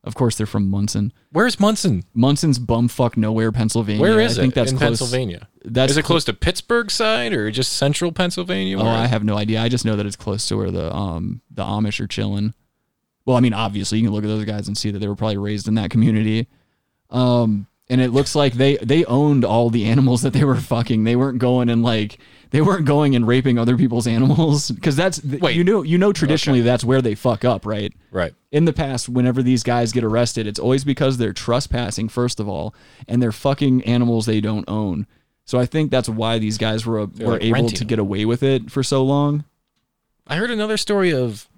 Speaker 7: Of course, they're from Munson.
Speaker 8: Where's Munson?
Speaker 7: Munson's bumfuck nowhere, Pennsylvania.
Speaker 8: Where is
Speaker 7: I think
Speaker 8: it?
Speaker 7: that's
Speaker 8: in
Speaker 7: close.
Speaker 8: Pennsylvania.
Speaker 7: That's
Speaker 8: is it
Speaker 7: clo-
Speaker 8: close to Pittsburgh side or just central Pennsylvania?
Speaker 7: Oh,
Speaker 8: Where-
Speaker 7: I have no idea. I just know that it's close to where the um the Amish are chilling. Well, I mean, obviously you can look at those guys and see that they were probably raised in that community. Um, and it looks like they they owned all the animals that they were fucking. They weren't going and like they weren't going and raping other people's (laughs) animals because that's
Speaker 8: Wait.
Speaker 7: you know you know traditionally that's where they fuck up, right?
Speaker 8: Right.
Speaker 7: In the past, whenever these guys get arrested, it's always because they're trespassing first of all, and they're fucking animals they don't own. So I think that's why these guys were
Speaker 8: They're,
Speaker 7: were
Speaker 8: like,
Speaker 7: able
Speaker 8: renting
Speaker 7: to
Speaker 8: them.
Speaker 7: get away with it for so long.
Speaker 8: I heard another story of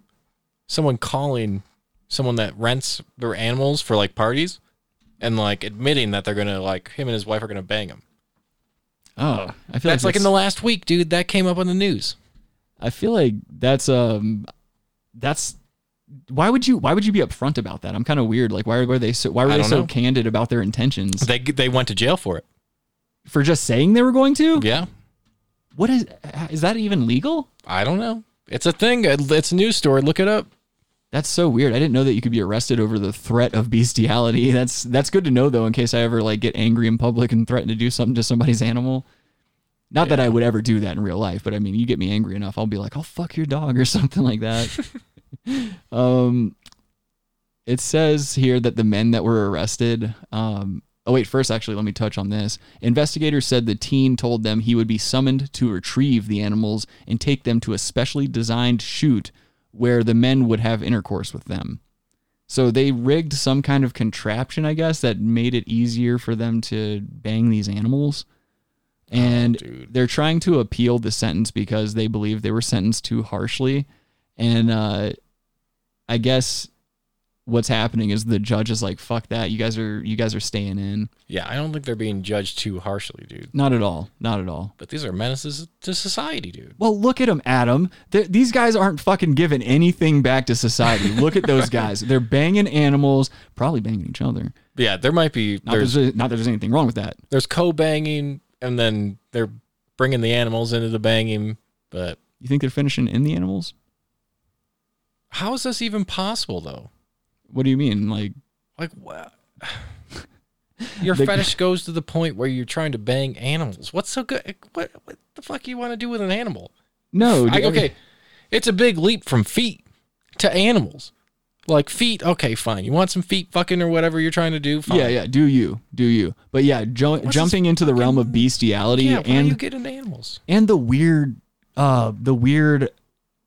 Speaker 8: someone calling someone that rents their animals for like parties and like admitting that they're gonna like him and his wife are gonna bang him.
Speaker 7: Oh, I feel
Speaker 8: That's like in the last week, dude. That came up on the news.
Speaker 7: I feel like that's um, that's why would you why would you be upfront about that? I'm kind of weird. Like why were they so why were
Speaker 8: I
Speaker 7: they
Speaker 8: don't
Speaker 7: so
Speaker 8: know.
Speaker 7: candid about their intentions
Speaker 8: They they went to jail for it.
Speaker 7: for just saying they were going to?
Speaker 8: Yeah,
Speaker 7: What is is that even legal?
Speaker 8: I don't know. It's a thing. It's a news story. Look it up.
Speaker 7: That's so weird. I didn't know that you could be arrested over the threat of bestiality. (laughs) That's that's good to know though, in case I ever like get angry in public and threaten to do something to somebody's animal. Not that I would ever do that in real life, but I mean, you get me angry enough, I'll be like, "I'll fuck your dog" or (laughs) something like that. um, it says here that the men that were arrested. Um, oh wait, first actually, let me touch on this. Investigators said the teen told them he would be summoned to retrieve the animals and take them to a specially designed chute where the men would have intercourse with them. So they rigged some kind of contraption, I guess, that made it easier for them to bang these animals. And they're trying to appeal the sentence because they believe they were sentenced too harshly. And uh, I guess what's happening is the judge is like, "Fuck that! You guys are you guys are staying in."
Speaker 8: Yeah, I don't think they're being judged too harshly, dude.
Speaker 7: Not at all. Not at all.
Speaker 8: But these are menaces to society, dude.
Speaker 7: Well, look at them, Adam. they these guys aren't fucking giving anything back to society. Look at
Speaker 8: (laughs)
Speaker 7: those guys. They're banging animals, probably banging each other.
Speaker 8: Yeah, there might be
Speaker 7: Not,
Speaker 8: there's
Speaker 7: there's, not that there's anything wrong with that.
Speaker 8: there's co-banging, and then they're bringing the animals into the banging. But
Speaker 7: You think they're finishing in the animals?
Speaker 8: how is this even possible, though?
Speaker 7: What do you mean? Like,
Speaker 8: Like, wha- (sighs) your
Speaker 7: They-
Speaker 8: fetish goes to the point where you're trying to bang animals. What's so good? What what the fuck you want to do with an animal?
Speaker 7: no.
Speaker 8: I,
Speaker 7: dude,
Speaker 8: okay, it's a big leap from feet to animals. Like feet, okay, fine. You want some feet fucking or whatever you're trying to do? Fine.
Speaker 7: Yeah, yeah. Do you? Do you? But yeah, jo-
Speaker 8: What's
Speaker 7: jumping
Speaker 8: this
Speaker 7: into the realm of bestiality
Speaker 8: Yeah, why
Speaker 7: and
Speaker 8: do you get into animals?
Speaker 7: and the weird, uh, the weird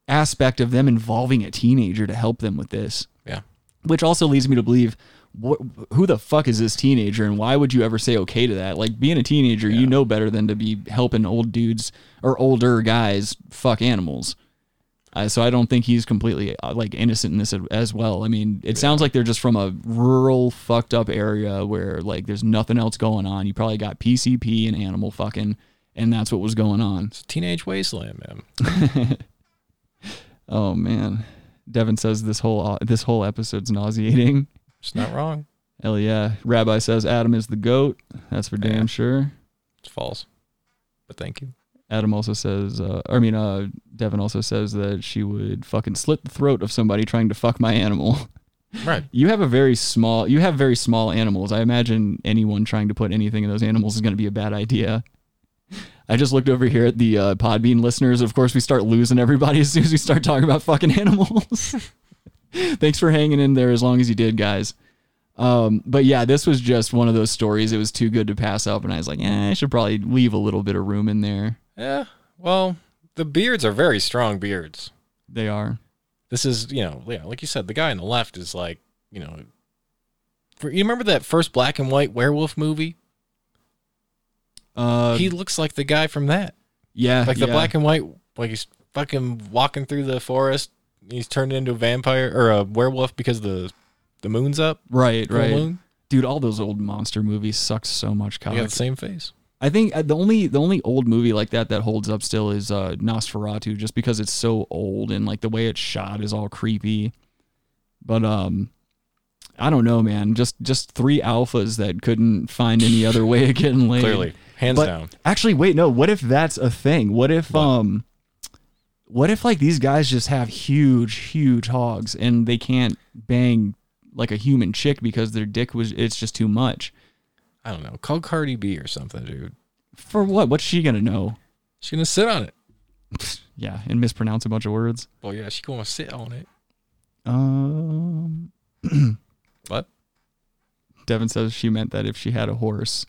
Speaker 7: aspect of them involving a teenager to help them with this.
Speaker 8: Yeah.
Speaker 7: which also leads me to believe what, who the fuck is this teenager and why would you ever say okay to that like being a teenager you know better than to be helping old dudes or older guys fuck animals uh, so i don't think he's completely uh, like innocent in this a- as well i mean it sounds like they're just from a rural fucked up area where like there's nothing else going on you probably got pcp and animal fucking and that's what was going on (laughs)
Speaker 8: It's a teenage wasteland, man.
Speaker 7: oh man devin says this whole uh, this whole episode's nauseating
Speaker 8: It's not wrong.
Speaker 7: Hell yeah. Rabbi says Adam is the goat. That's for damn sure.
Speaker 8: It's false. But thank you.
Speaker 7: Adam also says, uh, I mean, uh, Devin also says that she would fucking slit the throat of somebody trying to fuck my animal. (laughs)
Speaker 8: Right.
Speaker 7: You have a very small, you have very small animals. I imagine anyone trying to put anything in those animals is going to be a bad idea. I just looked over here at the uh, Podbean listeners. Of course, we start losing everybody (laughs) as soon as we start talking about fucking animals. Thanks for hanging in there as long as you did, guys. Um, but yeah, this was just one of those stories. It was too good to pass up, and I was like, eh, I should probably leave a little bit of room in there.
Speaker 8: Yeah. Well, the beards are very strong beards.
Speaker 7: They are.
Speaker 8: This is, you know, yeah, like you said, the guy on the left is like, you know, for, you remember that first black and white werewolf movie?
Speaker 7: Uh,
Speaker 8: he looks like the guy from that.
Speaker 7: Yeah,
Speaker 8: like the
Speaker 7: yeah.
Speaker 8: black and white. Like he's fucking walking through the forest. He's turned into a vampire or a werewolf because the the moon's up.
Speaker 7: Right,
Speaker 8: Full
Speaker 7: right.
Speaker 8: moon.
Speaker 7: Dude, all those old monster movies suck so much.
Speaker 8: You
Speaker 7: Comic.
Speaker 8: got the same face.
Speaker 7: I think uh, the only the only old movie like that that holds up still is uh, Nosferatu, just because it's so old and like the way it's shot is all creepy. But um, I don't know, man. Just just three alphas that couldn't find any other way of getting laid.
Speaker 8: (laughs) Clearly. Hands
Speaker 7: But-
Speaker 8: down.
Speaker 7: Actually, wait, no. What if that's a thing? What if um, what if like these guys just have huge, huge hogs and they can't bang like a human chick because their dick was it's just too much.
Speaker 8: I don't know. Call Cardi B or something, dude.
Speaker 7: For what? What's she gonna know?
Speaker 8: She's gonna sit on it.
Speaker 7: Yeah, and mispronounce a bunch of words.
Speaker 8: Well, yeah, she gonna sit on it.
Speaker 7: Um,
Speaker 8: what?
Speaker 7: Devin says she meant that if she had a horse.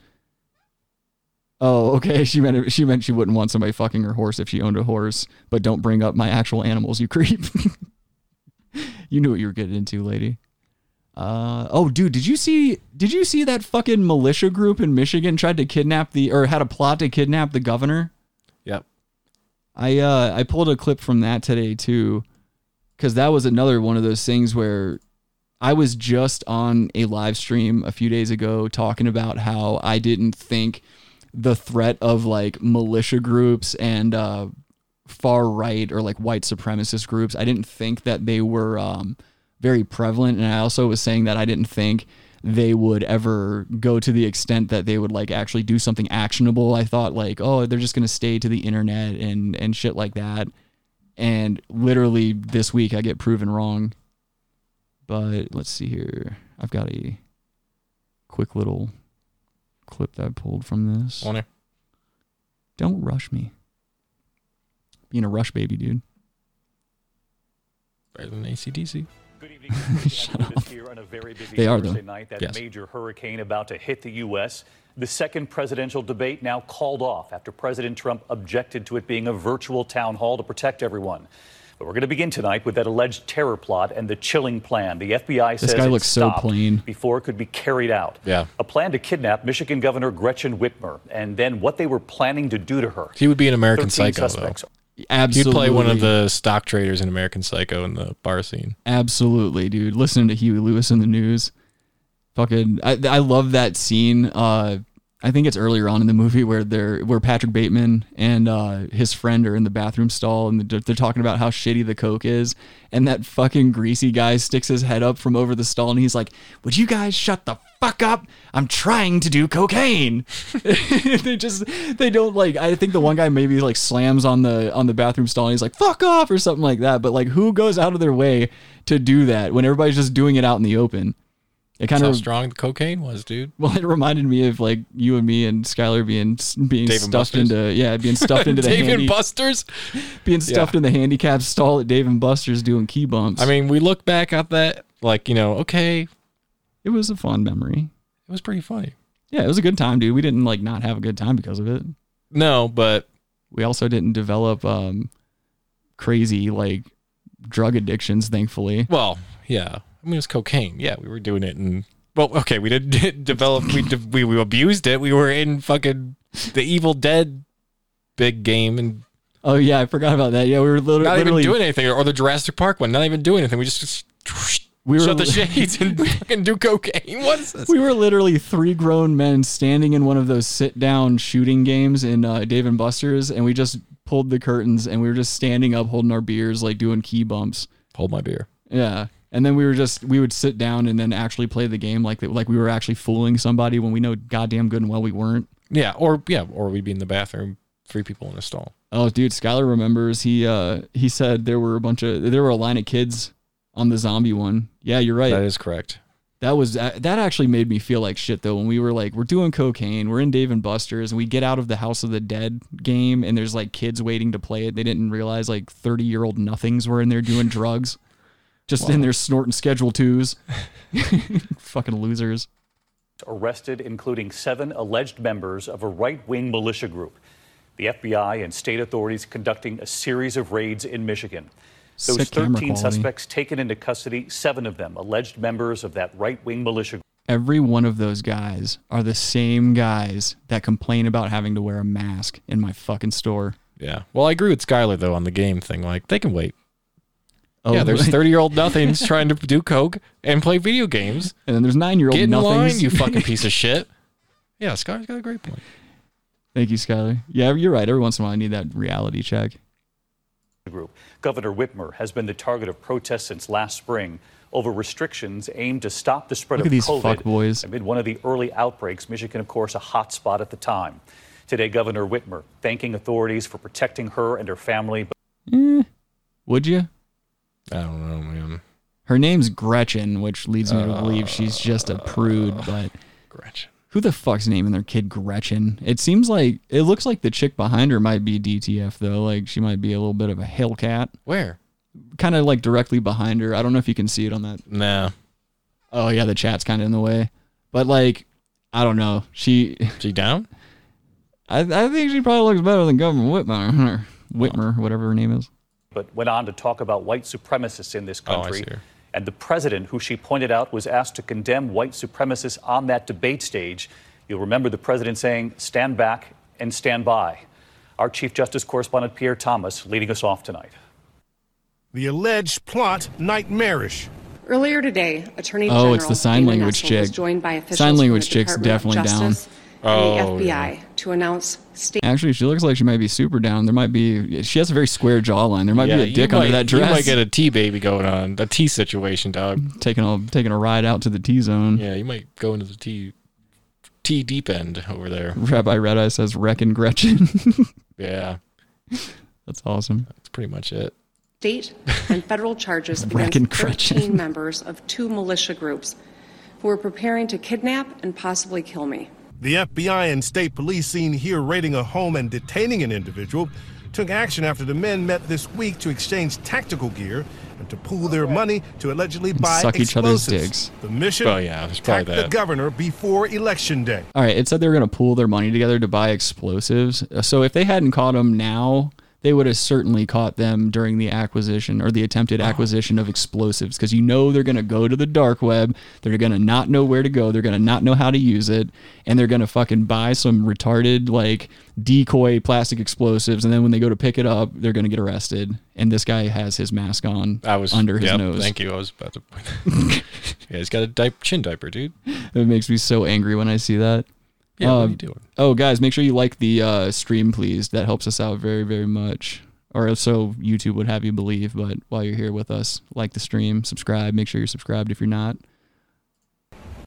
Speaker 7: Oh, okay. (laughs) She meant she meant she wouldn't want somebody fucking her horse if she owned a horse. But don't bring up my actual animals, you creep. (laughs) you knew what you were getting into, lady. Uh oh, dude, did you see did you see that fucking militia group in Michigan tried to kidnap the or had a plot to kidnap the governor?
Speaker 8: Yep.
Speaker 7: I uh I pulled a clip from that today too cuz that was another one of those things where I was just on a live stream a few days ago talking about how I didn't think the threat of like militia groups and uh far right or like white supremacist groups, I didn't think that they were um very prevalent and I also was saying that I didn't think they would ever go to the extent that they would like actually do something actionable. I thought like, oh, they're just going to stay to the internet and and shit like that. And literally this week I get proven wrong. But let's see here. I've got a quick little clip that I pulled from this.
Speaker 8: On here.
Speaker 7: Don't rush me. Being a rush baby, dude.
Speaker 8: Better than ACDC.
Speaker 13: Good evening. We
Speaker 7: (laughs) Shut
Speaker 13: have with
Speaker 7: up.
Speaker 13: us Here on a very busy
Speaker 7: They are,
Speaker 13: Thursday
Speaker 7: though.
Speaker 13: night, that
Speaker 7: Yes.
Speaker 13: major hurricane about to hit the U.S. The second presidential debate now called off after President Trump objected to it being a virtual town hall to protect everyone. But we're going to begin tonight with that alleged terror plot and the chilling plan. The FBI
Speaker 7: This
Speaker 13: says
Speaker 7: guy
Speaker 13: it
Speaker 7: looks so
Speaker 13: stopped
Speaker 7: plain.
Speaker 13: before it could be carried out.
Speaker 8: Yeah.
Speaker 13: A plan to kidnap Michigan Governor Gretchen Whitmer and then what they were planning to do to her.
Speaker 8: He would be an American
Speaker 13: 13
Speaker 8: Psycho
Speaker 13: suspects.
Speaker 8: though.
Speaker 7: Absolutely.
Speaker 8: He'd play one of the stock traders in American Psycho in the bar scene.
Speaker 7: Absolutely, dude. Listening to Huey Lewis in the news. Fucking I I love that scene. Uh I think it's earlier on in the movie where they're where Patrick Bateman and uh his friend are in the bathroom stall and they're, they're talking about how shitty the coke is and that fucking greasy guy sticks his head up from over the stall and he's like, "Would you guys shut the fuck up? I'm trying to do cocaine." (laughs) they just they don't like I think the one guy maybe like slams on the on the bathroom stall and he's like fuck off or something like that but like who goes out of their way to do that when everybody's just doing it out in the open it
Speaker 8: That's
Speaker 7: kind
Speaker 8: how
Speaker 7: of
Speaker 8: strong the cocaine was, dude.
Speaker 7: well it reminded me of like you and me and Skylar being being
Speaker 8: Dave and
Speaker 7: stuffed
Speaker 8: Buster's.
Speaker 7: into yeah being stuffed
Speaker 8: (laughs)
Speaker 7: into the
Speaker 8: Dave
Speaker 7: handy,
Speaker 8: and Buster's.
Speaker 7: being stuffed in the handicap stall at Dave and Buster's doing key bumps
Speaker 8: I mean, we look back at that like you know, okay, it
Speaker 7: it was a fond memory
Speaker 8: was pretty funny.
Speaker 7: yeah it was a good time dude we didn't like not have a good time because of it
Speaker 8: No, but
Speaker 7: we also didn't develop um crazy like drug addictions thankfully
Speaker 8: well, yeah. I mean, it was cocaine. Yeah, we were doing it, and well, okay, we didn't (laughs) did develop. We de- we, we abused it. We were in fucking the Evil Dead big game, and
Speaker 7: oh yeah i forgot about that yeah we were literally,
Speaker 8: not even
Speaker 7: literally-
Speaker 8: doing anything, or the Jurassic Park one, not even doing anything. We just, just
Speaker 7: We
Speaker 8: shut
Speaker 7: were-
Speaker 8: the shades (laughs) and fucking do cocaine. What is this?
Speaker 7: we were literally three grown men standing in one of those sit down shooting games in uh, Dave and Buster's, and we just pulled the curtains and we were just standing up holding our beers, like doing key bumps.
Speaker 8: Hold my beer.
Speaker 7: Yeah. And then we were just, we would sit down and then actually play the game like, like we were actually fooling somebody when we know goddamn good and well we weren't.
Speaker 8: Yeah, or yeah, or we'd be in the bathroom, three people in a stall.
Speaker 7: Oh, dude, Skylar remembers. He uh he said there were a bunch of there were a line of kids on the zombie one. Yeah, you're right.
Speaker 8: That is correct.
Speaker 7: That was that that actually made me feel like shit though when we were like we're doing cocaine, we're in Dave and Buster's and we get out of the House of the Dead game and there's like kids waiting to play it. They didn't realize like 30-year-old nothings were in there doing drugs. (laughs) Just in there snorting schedule 2s. (laughs) Fucking losers.
Speaker 13: arrested, including seven alleged members of a right wing militia group. The FBI and state authorities conducting a series of raids in Michigan. Those
Speaker 7: Sick camera
Speaker 13: 13
Speaker 7: quality.
Speaker 13: suspects taken into custody, seven of them alleged members of that right wing militia group.
Speaker 7: every one of those guys are the same guys that complain about having to wear a mask in my fucking store.
Speaker 8: Yeah. Well, I agree with Skylar though on the game thing. Like they can wait. yeah, there's thirty (laughs) year old nothings trying to do coke and play video games.
Speaker 7: And then there's nine year old
Speaker 8: Get in line,
Speaker 7: nothings.
Speaker 8: you
Speaker 7: (laughs)
Speaker 8: (laughs) fucking piece of shit. Yeah, Skylar's got a great point.
Speaker 7: Thank you, Skylar. Yeah, you're right. Every once in a while, I need that reality check.
Speaker 13: group. Governor Whitmer has been the target of protests since last spring over restrictions aimed to stop the spread
Speaker 7: Look
Speaker 13: of
Speaker 7: at these
Speaker 13: COVID
Speaker 7: fuckboys.
Speaker 13: amid one of the early outbreaks, Michigan, of course, a hot spot at the time. Today, Governor Whitmer thanking authorities for protecting her and her family.
Speaker 7: Would you?
Speaker 8: I don't know, man.
Speaker 7: Her name's Gretchen, which leads me to
Speaker 13: Uh,
Speaker 7: believe she's just a prude, but
Speaker 8: Gretchen.
Speaker 7: Who the fuck's naming their kid Gretchen? It seems like it looks like the chick behind her might be DTF though. Like she might be a little bit of a hellcat.
Speaker 8: Where?
Speaker 7: Kind of like directly behind her. I don't know if you can see it on that.
Speaker 8: Nah.
Speaker 7: Oh yeah, the chat's kind of in the way. But like, I don't know. She (laughs)
Speaker 8: she down?
Speaker 7: I I think she probably looks better than Governor Whitmer, or Whitmer, whatever her name is.
Speaker 13: but went on to talk about white supremacists in this
Speaker 7: Oh, I
Speaker 13: country.
Speaker 7: see her.
Speaker 13: and the president, who she pointed out was asked to condemn white supremacists on that debate stage. You'll remember the president saying, stand back and stand by. Our Chief Justice correspondent Pierre Thomas leading us off tonight.
Speaker 14: The alleged plot nightmarish.
Speaker 15: Earlier today, Attorney
Speaker 7: Oh,
Speaker 15: General
Speaker 7: it's the sign
Speaker 15: Dana
Speaker 7: language
Speaker 15: Nessel was
Speaker 7: chick.
Speaker 15: joined by officials
Speaker 7: Sign
Speaker 15: from the
Speaker 7: language chick's
Speaker 15: Department of
Speaker 7: definitely down.
Speaker 15: Justice and
Speaker 7: Oh,
Speaker 15: the FBI to announce state
Speaker 7: Actually, she looks like she might be super down. There might be she has a very square jawline. There might
Speaker 8: Yeah,
Speaker 7: be a
Speaker 8: you
Speaker 7: dick
Speaker 8: might-
Speaker 7: under that dress. Mm-hmm.
Speaker 8: You might get a T baby going on, a T situation, dog.
Speaker 7: taking a taking a ride out to the T zone.
Speaker 8: Yeah, you might go into the T T deep end over there.
Speaker 7: Rabbi Red Eye says Reck and Gretchen. (laughs)
Speaker 8: Yeah,
Speaker 7: That's awesome.
Speaker 8: that's pretty much it.
Speaker 15: state and federal
Speaker 7: (laughs)
Speaker 15: charges
Speaker 7: Reckon
Speaker 15: against
Speaker 7: Gretchen.
Speaker 15: 13 members of two militia groups who were preparing to kidnap and possibly kill me.
Speaker 14: (laughs) The FBI and state police seen here raiding a home and detaining an individual took action after the men met this week to exchange tactical gear and to pool their money to allegedly buy
Speaker 7: suck each other's
Speaker 14: explosives.
Speaker 7: dicks.
Speaker 14: The mission:
Speaker 8: Oh, yeah, there's probably
Speaker 14: attack the
Speaker 8: that.
Speaker 14: governor before election day.
Speaker 7: All right, it said they were going to pool their money together to buy explosives. Uh, So if they hadn't caught them now, they would have certainly caught them during the acquisition or the
Speaker 8: Ah.
Speaker 7: attempted acquisition of explosives because you know they're going to go to the dark web. They're going to not know where to go. They're going to not know how to use it. And they're going to fucking buy some retarded, like, decoy plastic explosives. And then when they go to pick it up, they're going to get arrested. And this guy has his mask on
Speaker 8: I was
Speaker 7: under his
Speaker 8: yep,
Speaker 7: nose.
Speaker 8: Thank you. I was about to. Point that.
Speaker 7: (laughs)
Speaker 8: yeah, he's got a di- chin diaper, dude.
Speaker 7: It makes me so angry when I see that.
Speaker 8: Yeah, what are
Speaker 7: Um,
Speaker 8: you doing?
Speaker 7: Oh, guys, make sure you like the uh, stream, please. That helps us out very, very much. Or so YouTube would have you believe. But while you're here with us, like the stream, subscribe. Make sure you're subscribed if you're not.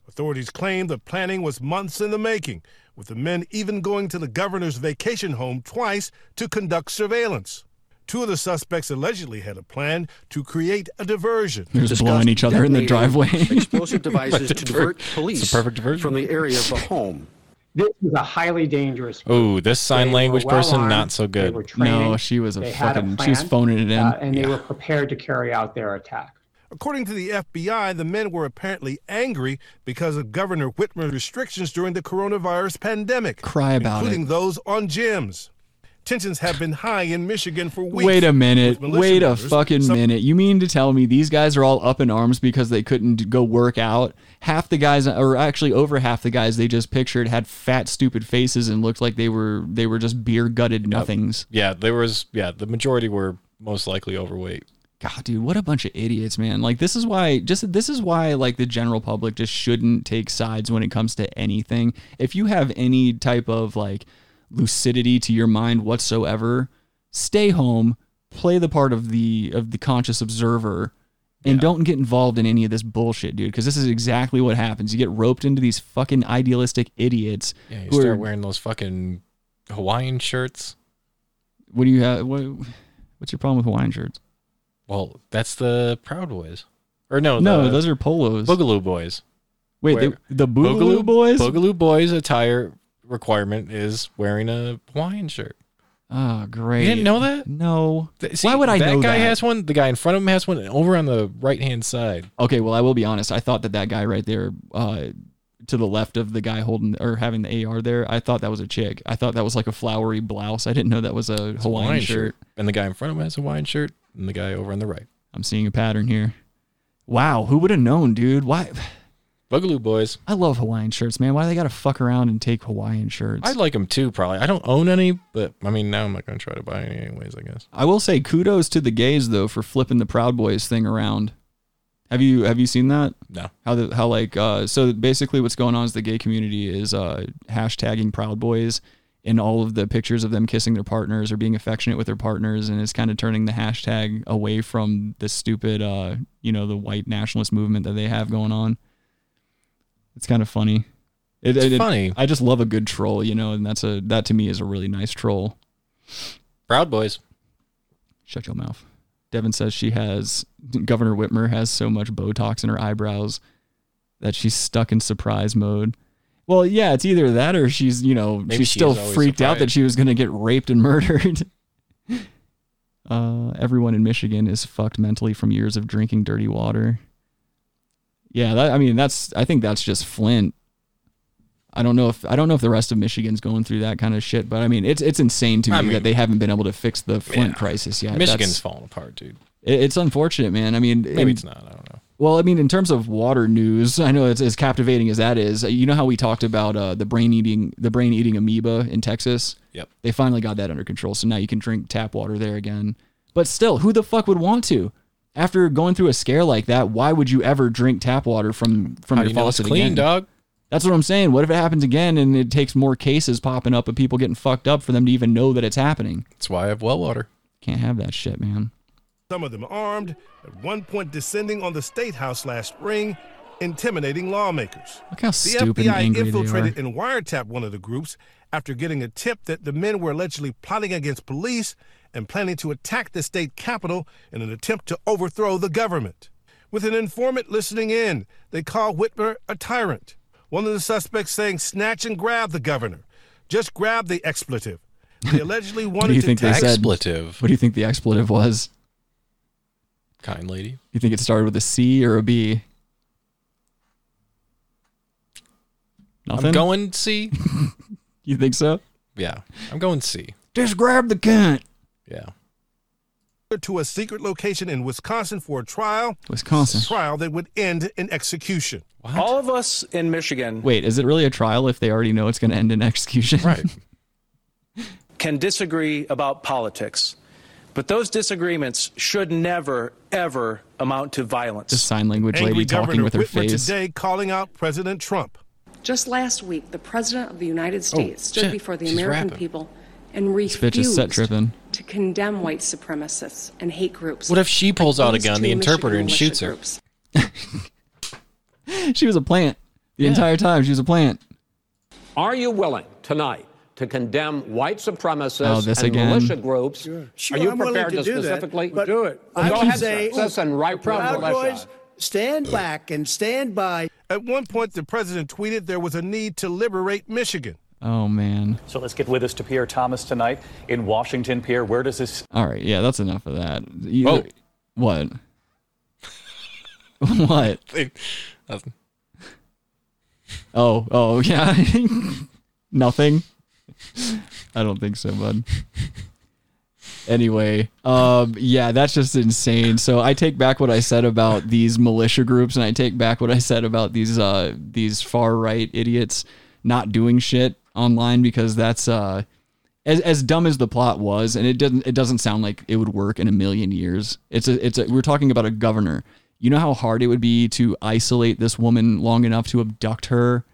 Speaker 14: Authorities claim the planning was months in the making, with the men even going to the governor's vacation home twice to conduct surveillance. Two of the suspects allegedly had a plan to create a diversion.
Speaker 7: They're just blowing each other in the driveway. (laughs)
Speaker 1: Explosive devices to divert police from the area of the home.
Speaker 12: This was a highly dangerous.
Speaker 8: Oh, this sign language
Speaker 12: well
Speaker 8: person,
Speaker 12: armed.
Speaker 8: not so
Speaker 12: They were
Speaker 8: good.
Speaker 12: training. They had a plan, uh, and they
Speaker 14: Yeah.
Speaker 12: were prepared to carry out their attack.
Speaker 14: According to the FBI, the men were apparently angry because of Governor Whitmer's restrictions during the coronavirus pandemic,
Speaker 7: Cry about
Speaker 14: including
Speaker 7: it.
Speaker 14: those on gyms. Tensions have been high in Michigan for weeks.
Speaker 7: Wait a minute.
Speaker 14: with militia
Speaker 7: Wait a
Speaker 14: members,
Speaker 7: fucking
Speaker 14: some-
Speaker 7: minute. You mean to tell me these guys are all up in arms because they couldn't d- go work out? Half the guys, or actually over half the guys they just pictured, had fat, stupid faces and looked like they were they were just beer gutted nothings.
Speaker 8: Yeah, there was. Yeah, the majority were most likely overweight.
Speaker 7: God, dude, what a bunch of idiots, man. Like this is why just this is why like the general public just shouldn't take sides when it comes to anything. If you have any type of like lucidity to your mind whatsoever, stay home, play the part of the of the conscious observer and don't get involved in any of this bullshit, dude, cuz this is exactly what happens. You get roped into these fucking idealistic idiots
Speaker 8: Yeah, you
Speaker 7: who are
Speaker 8: start wearing those fucking Hawaiian shirts.
Speaker 7: what do you have what, what's your problem with Hawaiian shirts?
Speaker 8: Well, that's the Proud Boys, or no,
Speaker 7: No,
Speaker 8: Oh, the
Speaker 7: those are polos.
Speaker 8: Boogaloo Boys.
Speaker 7: Wait, they-
Speaker 8: Where-
Speaker 7: the Boogaloo Boys?
Speaker 8: Boogaloo Boys attire requirement is wearing a Hawaiian shirt.
Speaker 7: Oh, great.
Speaker 8: You didn't know that?
Speaker 7: No.
Speaker 8: Th- see,
Speaker 7: Why would I
Speaker 8: that
Speaker 7: know
Speaker 8: guy
Speaker 7: that?
Speaker 8: has one. The guy in front of him has one, and over on the right hand side.
Speaker 7: Okay, well, I will be honest. I thought that that guy right there, uh, to the left of the guy holding or having the AR there, I thought that was a chick. I thought that was like a flowery blouse. I didn't know that was a Hawaiian,
Speaker 8: It's a Hawaiian
Speaker 7: shirt.
Speaker 8: shirt. and the guy in front of him has a Hawaiian shirt, and the guy over on the right.
Speaker 7: I'm seeing a pattern here. Wow, who would have known, dude? Why? (sighs)
Speaker 8: Bugaloo boys.
Speaker 7: I love Hawaiian shirts, man. Why do they got to fuck around and take Hawaiian shirts?
Speaker 8: I like them too, probably. I don't own any, but I mean, now I'm not going to try to buy any, anyways, I guess.
Speaker 7: I will say kudos to the gays though for flipping the Proud Boys thing around. Have you have you seen that?
Speaker 8: No.
Speaker 7: How the how like uh, so basically what's going on is the gay community is uh, hashtagging Proud Boys in all of the pictures of them kissing their partners or being affectionate with their partners, and it's kind of turning the hashtag away from the stupid uh, you know the white nationalist movement that they have going on. It's kind of funny. It,
Speaker 8: It's
Speaker 7: it- it-
Speaker 8: funny.
Speaker 7: I just love a good troll, you know, and that's a that to me is a really nice troll.
Speaker 8: Proud Boys.
Speaker 7: Shut your mouth. Devin says she has Governor Whitmer has so much Botox in her eyebrows that she's stuck in surprise mode. Well, yeah, it's either that or she's you know
Speaker 8: Maybe
Speaker 7: she's
Speaker 8: she
Speaker 7: still
Speaker 8: is always
Speaker 7: freaked out
Speaker 8: surprised.
Speaker 7: that she was going to get raped and (laughs) murdered. uh, everyone in Michigan is fucked mentally from years of drinking dirty water. Yeah, that, I mean that's I think that's just Flint. I don't know if I don't know if the rest of Michigan's going through that kind of shit, but I mean it's it's insane to me
Speaker 8: I
Speaker 7: that
Speaker 8: mean-
Speaker 7: they haven't been able to fix the Flint crisis yet. That's-
Speaker 8: Michigan's falling apart, dude.
Speaker 7: it- It's unfortunate, man. I mean,
Speaker 8: Maybe
Speaker 7: in-
Speaker 8: it's not. I don't know.
Speaker 7: Well, I mean, in terms of water news, (laughs) I know it's as captivating as that is. You know how we talked about uh, the brain eating the brain eating amoeba in Texas.
Speaker 8: Yep.
Speaker 7: They finally got that under control, so now you can drink tap water there again. But still, who the fuck would want to? After going through a scare like that, why would you ever drink tap water from from
Speaker 8: How
Speaker 7: your
Speaker 8: do you know it's
Speaker 7: faucet
Speaker 8: clean,
Speaker 7: again?
Speaker 8: dog?
Speaker 7: That's what I'm saying. What if it happens again and it takes more cases popping up of people getting fucked up for them to even know that it's happening?
Speaker 8: That's why I have well water.
Speaker 7: Can't have that shit, man.
Speaker 14: some of them armed, at one point descending on the state house last spring, intimidating lawmakers.
Speaker 7: Look how
Speaker 14: the
Speaker 7: stupid and
Speaker 14: FBI
Speaker 7: angry they
Speaker 14: infiltrated and wiretapped one of the groups after getting a tip that the men were allegedly plotting against police and planning to attack the state capitol in an attempt to overthrow the government. With an informant listening in, they call Whitmer a tyrant. One of the suspects saying, "Snatch and grab the governor." Just grab the expletive.
Speaker 7: (laughs)
Speaker 14: They allegedly wanted
Speaker 7: What do you
Speaker 14: to
Speaker 7: think they
Speaker 14: take-
Speaker 7: said? What do you think the expletive was?
Speaker 8: Kind lady.
Speaker 7: You think it started with a C or a B? Nothing.
Speaker 8: I'm going C.
Speaker 7: You think so?
Speaker 8: yeah. I'm going C.
Speaker 7: Just grab the cunt.
Speaker 8: Yeah.
Speaker 14: to a secret location in Wisconsin for a trial.
Speaker 7: Wisconsin.
Speaker 14: trial that would end in execution.
Speaker 16: All of us in Michigan
Speaker 7: Wait, is it really a trial if they already know it's going to end in execution?
Speaker 15: (laughs)
Speaker 7: Right.
Speaker 16: can disagree about politics, but those disagreements should never, ever amount to violence.
Speaker 7: (laughs) the sign language lady talking
Speaker 14: Governor
Speaker 7: with her
Speaker 14: Whitmer
Speaker 7: face.
Speaker 14: today calling out President Trump.
Speaker 15: Just last week, the President of the United
Speaker 14: Oh,
Speaker 15: States stood
Speaker 14: shit.
Speaker 15: before the
Speaker 14: She's
Speaker 15: American
Speaker 14: rapping.
Speaker 15: people and
Speaker 7: This bitch is set
Speaker 15: refused
Speaker 7: tripping. (laughs)
Speaker 15: to condemn white supremacists and hate groups.
Speaker 8: What if she pulls out a
Speaker 15: Against
Speaker 8: gun, the
Speaker 15: two
Speaker 8: interpreter,
Speaker 15: Michigan
Speaker 8: and
Speaker 15: militia
Speaker 8: shoots her?
Speaker 15: groups.
Speaker 7: She was a plant the entire time. She was a plant.
Speaker 17: Are you willing tonight to condemn white supremacists
Speaker 7: Oh, this
Speaker 17: and
Speaker 7: again.
Speaker 17: militia groups?
Speaker 18: Sure,
Speaker 17: Are you
Speaker 18: I'm willing
Speaker 17: prepared
Speaker 18: to
Speaker 17: to,
Speaker 18: do that,
Speaker 17: specifically
Speaker 18: but
Speaker 17: do it?
Speaker 18: I
Speaker 17: Go
Speaker 18: would
Speaker 17: ahead,
Speaker 18: say-
Speaker 17: sir.
Speaker 12: Oh,
Speaker 17: Listen, right from
Speaker 18: Proud
Speaker 17: militia.
Speaker 18: Boys, stand back and stand by.
Speaker 14: At one point, the president tweeted there was a need to liberate Michigan.
Speaker 7: Oh man.
Speaker 13: So let's get with us to Pierre Thomas tonight in Washington. Pierre, where does this
Speaker 7: All right. Yeah, that's enough of that. You-
Speaker 13: Whoa.
Speaker 7: What? (laughs) what?
Speaker 8: Nothing.
Speaker 7: Oh, oh, (laughs) yeah. Nothing. I don't think so, bud. Anyway, um, yeah, that's just insane. So I take back what I said about these militia groups, and I take back what I said about these uh, these far right idiots not doing shit online because that's uh, as as dumb as the plot was, and it doesn't it doesn't sound like it would work in a million years. It's a it's a, we're talking about a governor. You know how hard it would be to isolate this woman long enough to abduct her.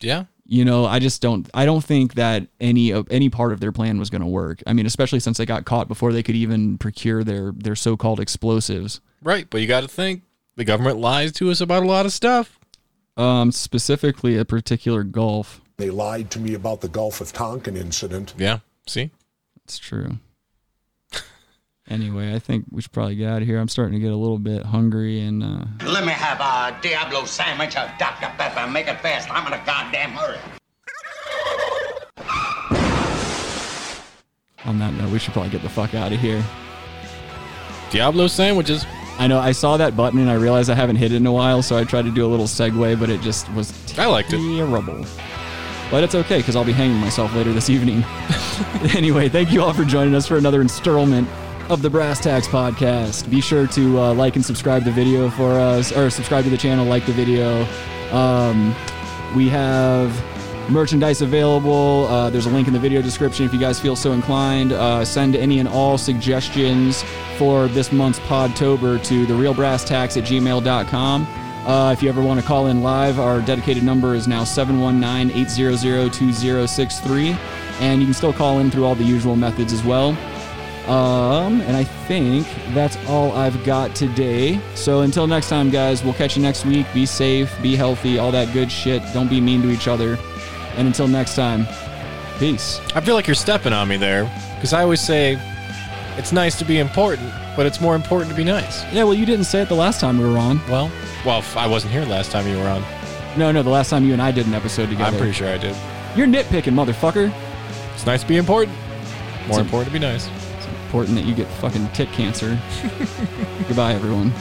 Speaker 8: Yeah.
Speaker 7: You know, I just don't I don't think that any of any part of their plan was going to work. I mean, especially since they got caught before they could even procure their their so-called explosives.
Speaker 8: Right. But you got to think the government lies to us about a lot of stuff.
Speaker 7: Um specifically a particular gulf.
Speaker 5: They lied to me about the Gulf of Tonkin incident.
Speaker 8: Yeah. See?
Speaker 7: It's true. Anyway, I think we should probably get out of here. I'm starting to get a little bit hungry and uh
Speaker 19: Let me have a Diablo sandwich, a Dr. Pepper. Make it fast. I'm in a goddamn hurry.
Speaker 7: on that note, we should probably get the fuck out of here.
Speaker 8: Diablo sandwiches.
Speaker 7: I know I saw that button and I realized I haven't hit it in a while, so I tried to do a little segue, but it just was
Speaker 8: I liked it.
Speaker 7: terrible. But it's okay because I'll be hanging myself later this evening. (laughs) anyway, thank you all for joining us for another installment of the Brass Tax Podcast. Be sure to uh, like and subscribe the video for us, or subscribe to the channel, like the video, Um, we have merchandise available. Uh, there's a link in the video description if you guys feel so inclined. Uh, send any and all suggestions for this month's Podtober to therealbrasstax at gmail.com. Uh, if you ever want to call in live, our dedicated number is now 719 800 2063. And you can still call in through all the usual methods as well. Um, and I think that's all I've got today. So until next time, guys, we'll catch you next week. Be safe, be healthy, all that good shit. Don't be mean to each other. And until next time, peace.
Speaker 8: I feel like you're stepping on me there because I always say it's nice to be important, but it's more important to be nice.
Speaker 7: Yeah, well, you didn't say it the last time we were on.
Speaker 8: Well, well, if I wasn't here last time you were on.
Speaker 7: No, no, the last time you and I did an episode together.
Speaker 8: I'm pretty sure I did.
Speaker 7: You're nitpicking, motherfucker.
Speaker 8: It's nice to be important. More
Speaker 7: It's a-
Speaker 8: important to be nice.
Speaker 7: It's important that you get fucking tit cancer. (laughs) Goodbye, everyone.